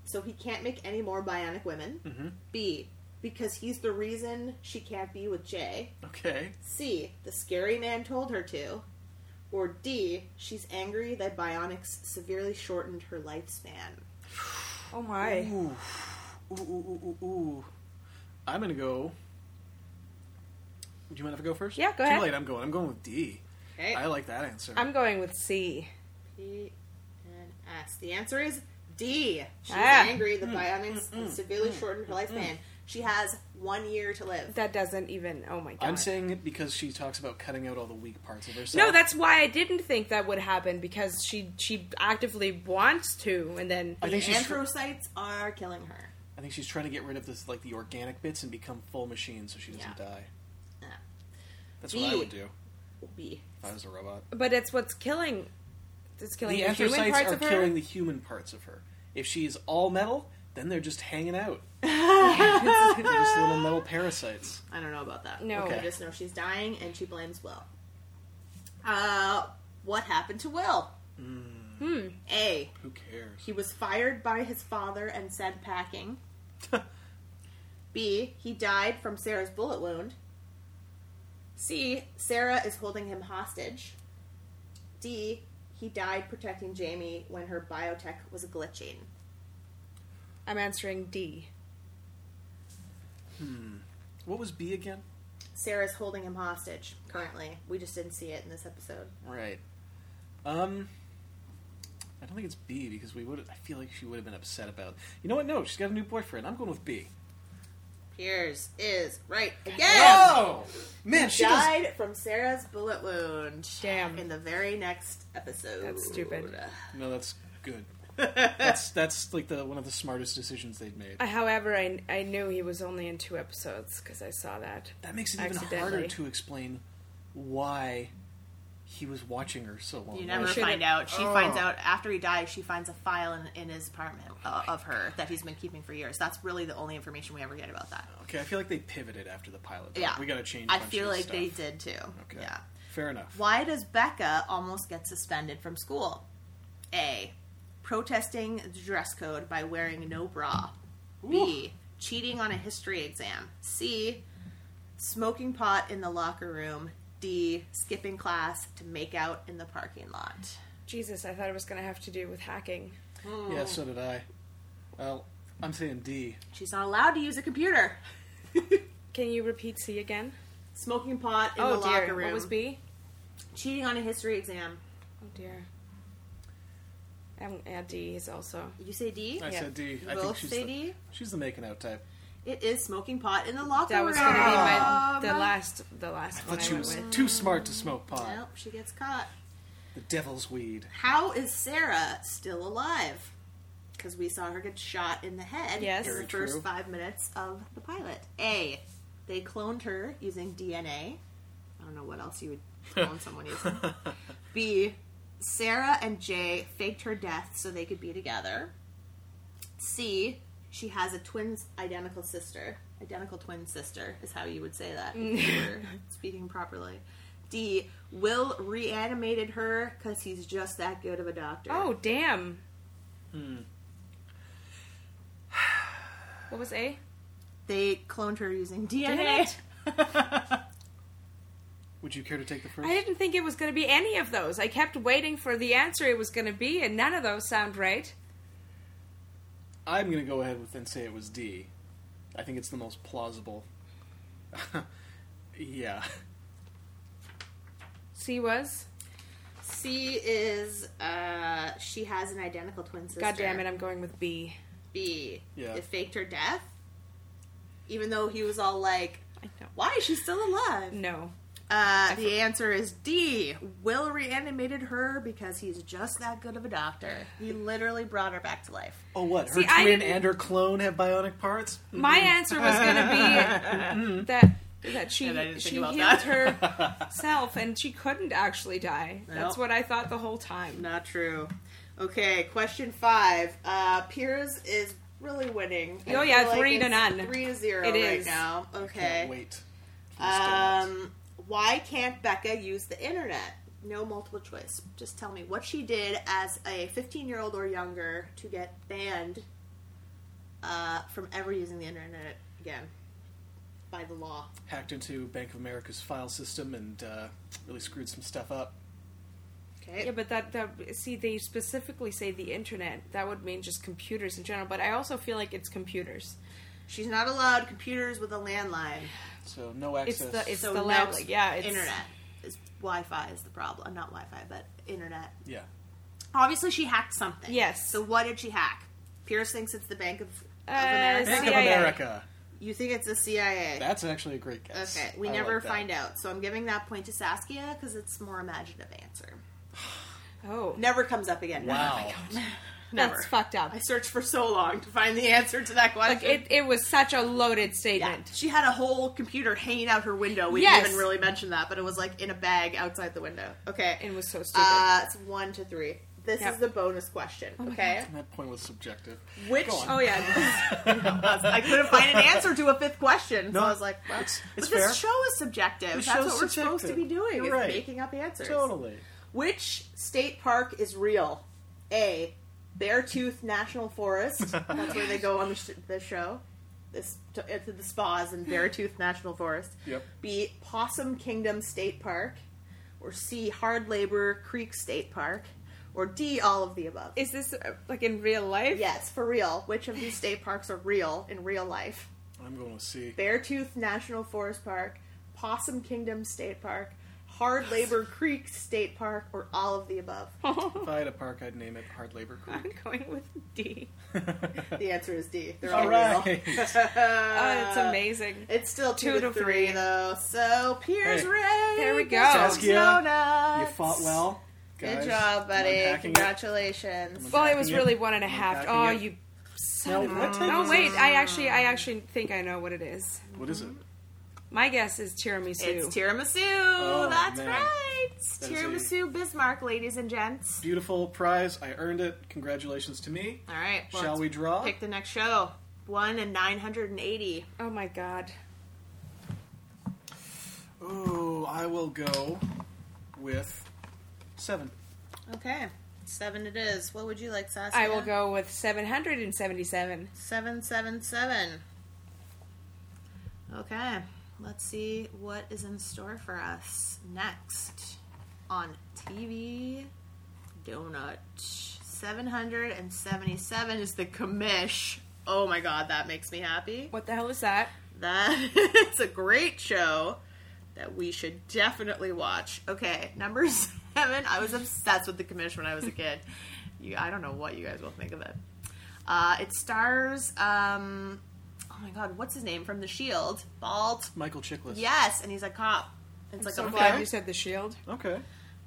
So he can't make any more bionic women. Mm-hmm. B. Because he's the reason she can't be with Jay. Okay. C. The scary man told her to. Or D. She's angry that bionics severely shortened her lifespan. Oh my. Ooh, ooh, ooh, ooh, ooh. I'm gonna go. Do you mind if I go first? Yeah, Too go ahead. late. I'm going. I'm going with D. Okay. I like that answer. I'm going with C. P and S. The answer is D. She's Ah. angry Hmm. that bionics severely shortened her lifespan. She has one year to live. That doesn't even. Oh my god. I'm saying it because she talks about cutting out all the weak parts of herself. No, that's why I didn't think that would happen because she she actively wants to, and then I think she's. tr- Anthrocytes are killing her. I think she's trying to get rid of this, like the organic bits, and become full machine, so she doesn't Yeah. die. Yeah. That's what I D. would do B. if I was a robot. but it's what's killing. It's killing the the, human anthracites parts are of her. killing the human parts of her. If she's all metal, then they're just hanging [LAUGHS] out. [LAUGHS] they're just little metal parasites. I don't know about that. No. I Okay. just know she's dying and she blames Will. Uh, what happened to Will? Hmm. A. Who cares? He was fired by his father and sent packing. B. He died from Sarah's bullet wound. C. Sarah is holding him hostage. D. He died protecting Jamie when her biotech was glitching. I'm answering D. What was B again? Sarah's holding him hostage currently. We just didn't see it in this episode. Right. Um, I don't think it's B because we would. I feel like she would have been upset about. You know what? No, she's got a new boyfriend. I'm going with B. Piers is right again. Oh man, she does. died from Sarah's bullet wound. Damn. In the very next episode. That's stupid. No, that's good. that's that's like the one of the smartest decisions they've made. However, I, I knew he was only in two episodes because I saw that. That makes it even Accidentally. harder to explain why he was watching her so long. You never should've- find out. Oh. She finds out after he dies. She finds a file in, in his apartment uh, of her that he's been keeping for years. That's really the only information we ever get about that. Okay, I feel like they pivoted after the pilot. though. Yeah, we got to change. a I bunch feel of like stuff. they did too. Okay. Yeah. Fair enough. Why does Becca almost get suspended from school? A. Protesting the dress code by wearing no bra. B. Cheating on a history exam. C. Smoking pot in the locker room. D. Skipping class to make out in the parking lot. Jesus, I thought it was going to have to do with hacking. Yeah, so did I. Well, I'm saying D. She's not allowed to use a computer. Can you repeat C again? Smoking pot in oh the dear, locker room. what was B? Cheating on a history exam. Oh dear. Um, yeah, D is also. You say D? I Yeah. said D. I You both think she's say the, D? She's the making out type. It is smoking pot in the locker That room. was going to be my the last the last one But I she went was with. too smart to smoke pot. Nope, she gets caught. The devil's weed. How is Sarah still alive? Because we saw her get shot in the head Yes. in the Very first true. five minutes of the pilot. A. They cloned her using DNA. I don't know what else you would clone someone using. B. Sarah and Jay faked her death so they could be together. C. She has a twins identical sister. Identical twin sister is how you would say that [LAUGHS] if you were speaking properly. D. Will reanimated her because he's just that good of a doctor. Oh damn. Hmm. What was A? They cloned her using Damn DNA. it. Would you care to take the first? I didn't think it was going to be any of those. I kept waiting for the answer it was going to be, and none of those sound right. I'm going to go ahead with and say it was D. I think it's the most plausible. [LAUGHS] yeah. C was. C is uh, she has an identical twin sister. God damn it! I'm going with B. B. Yeah. It faked her death. Even though he was all like, I know. why is she still alive? No. Uh, the answer is D. Will reanimated her because he's just that good of a doctor. He literally brought her back to life. Oh, what? Her See, I twin didn't- and her clone have bionic parts? My answer was going to be [LAUGHS] that that she And I didn't think she about healed herself and she couldn't actually die. That's Nope. what I thought the whole time. Not true. Okay, question five. Uh, Piers is really winning. I Oh, yeah, feel three to it's none. Three to zero It right is. now. Can't Okay. wait. for this donuts. Um, why can't Becca use the internet? No multiple choice. Just tell me what she did as a 15 year old or younger to get banned uh, from ever using the internet again by the law. Hacked into Bank of America's file system and uh, really screwed some stuff up. Okay. Yeah, but that, that see they specifically say the internet. That would mean just computers in general, but I also feel like it's computers. She's not allowed computers with a landline. So no access. the- it's- so the no land- ex- yeah, it's- internet. It's, Wi-Fi is the problem. Not Wi-Fi, but internet. yeah. Obviously, she hacked something. Yes. Uh, So what did she hack? Pierce thinks it's the Bank of, of America. Bank of CIA. America. You think it's the CIA. That's actually a great guess. okay. We I never like that. find out. So I'm giving that point to Saskia because it's more imaginative answer. Oh, Never comes up again. Wow. Never. that's fucked up. [LAUGHS] I searched for so long to find the answer to that question. Like it, it was such a loaded Yeah. statement. She had a whole computer hanging out her window. We Yes. didn't even really mention that, but it was like in a bag outside the window. Okay. It was so stupid. Uh, it's one to three. This Yep. is the bonus question. okay. [LAUGHS] That point was subjective. Which Oh yeah, I couldn't find an answer to a fifth question, so I was like, well, it's but this fair. show is subjective. This That's show's what we're supposed to subjective. be doing. You're is right. making up answers. Totally. Which state park is real? A. Beartooth National Forest. That's where they go on the, sh- the show. This to, uh, to the spas in Beartooth National Forest. Yep. B. Possum Kingdom State Park. Or C. Hard Labor Creek State Park. Or D. All of the above. is this uh, like in real life? yes, for real. Which of these state parks are real in real life? I'm going to see. Beartooth National Forest Park, Possum Kingdom State Park, Hard Labor Creek State Park, or all of the above. If I had a park, I'd name it Hard Labor [LAUGHS] Creek. [LAUGHS] I'm [LAUGHS] going with D. The answer is D. They're all All right. Oh, it's amazing. real. Uh, It's still two, Two to to three, three. though. So Piers Hey. Ray, There we go. Saskia, Donut. you fought well. Good guys. job, I'm buddy. unpacking it. Congratulations. Well, it was Packing it. really one and a half. packing Oh, it. you. Now, what type Oh is wait, I actually, I actually think I know what it is. it? What is it? My guess is tiramisu. It's tiramisu. That's Oh, man. right. That is tiramisu Bismarck, ladies and gents. Beautiful prize. I earned it. Congratulations to me. All right. well, Shall let's we draw? Pick the next show. One and nine hundred and eighty. oh my god. Ooh, I will go with seven. Okay. Seven it is. What would you like, Saskia? I will go with 777. Seven, seven, seven. Okay, let's see what is in store for us next on TV Donut. 777 is the commish. Oh my god, that makes me happy. What the hell is that? That [LAUGHS] it's a great show that we should definitely watch. Okay, number [LAUGHS] seven. I was obsessed with the commish when I was a kid. You, I don't know what you guys will think of it. Uh, it stars, um, oh my god, what's his name from The Shield? Bald. Michael Chiklis. Yes, and he's a cop. It's like So a glad cop. you said the shield. Okay.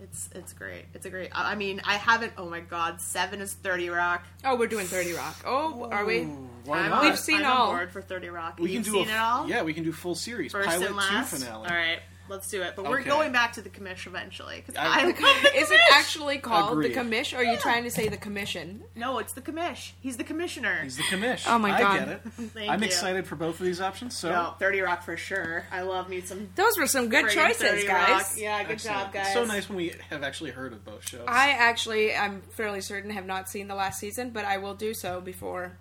It's it's great. It's a great. I I mean, I haven't. Oh my god, seven is Thirty Rock. Oh, we're doing 30 Rock. Oh, are we? Ooh, why I'm not? on- We've seen I'm all. On board for Thirty Rock. we You've can do seen a, it all. Yeah, we can do full series. first Pilot and last. two finale. All right, let's do it. But we're Okay. going back to the commish eventually because I- I'm [LAUGHS] Is it actually called Agreed. the commish, or are you trying to say the commission? no, it's the commish. He's the commissioner. He's the commish. Oh my I God. get it. [LAUGHS] Thank I'm you. excited for both of these options. So no, Thirty Rock for sure. I love me some Those were some good friggin' choices, 30 Rock. guys. Yeah, good Excellent. job, guys. It's so nice when we have actually heard of both shows. I actually, I'm fairly certain, have not seen the last season, but I will do so before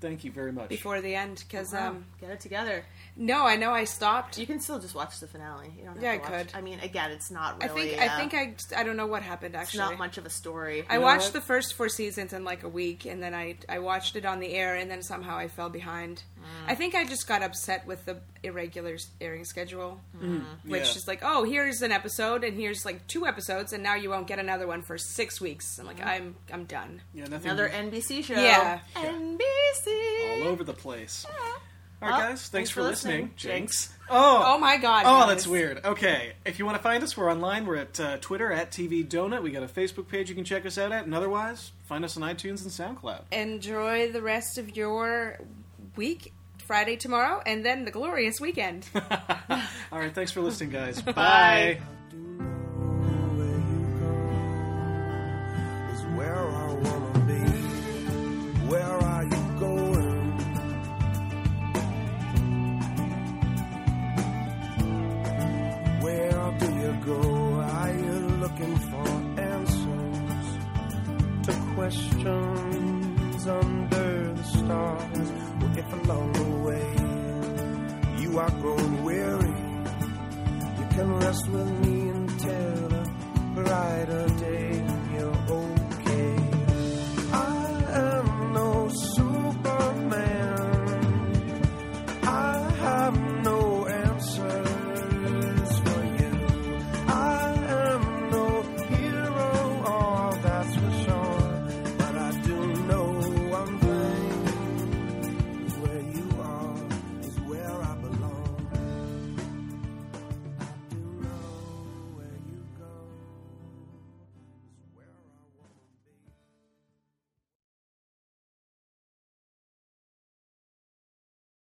Thank you very much. before the end. Because Um, um, get it together. no, I know I stopped. You can still just watch the finale. You don't have Yeah, to I watch. could. I mean, again, it's not I really. think uh, I think I I don't know what happened It's actually. not much of a story. I You know watched what? the first four seasons in like a week, and then I I watched it on the air, and then somehow I fell behind. I think I just got upset with the irregular s- airing schedule, which Yeah. is like, oh, here's an episode, and here's like two episodes, and now you won't get another one for six weeks. I'm like, I'm I'm done. yeah, nothing another NBC show. Yeah. NBC. all over the place. All right, Well, guys. Thanks, for listening, Jinx. Jinx. Oh. Oh my god! Oh, guys. that's weird. Okay. If you want to find us, we're online. We're at uh, Twitter, at TV Donut. We got a Facebook page you can check us out at. And otherwise, find us on iTunes and SoundCloud. Enjoy the rest of your week, Friday tomorrow, and then the glorious weekend. All right. Thanks for listening, [LAUGHS] guys. Bye. Bye. Where you go is where I wanna be. Where are you going? Where do you go? Are you looking for answers to questions under the stars? Well, if along the way you are grown weary. You can rest with me until a brighter day. oh,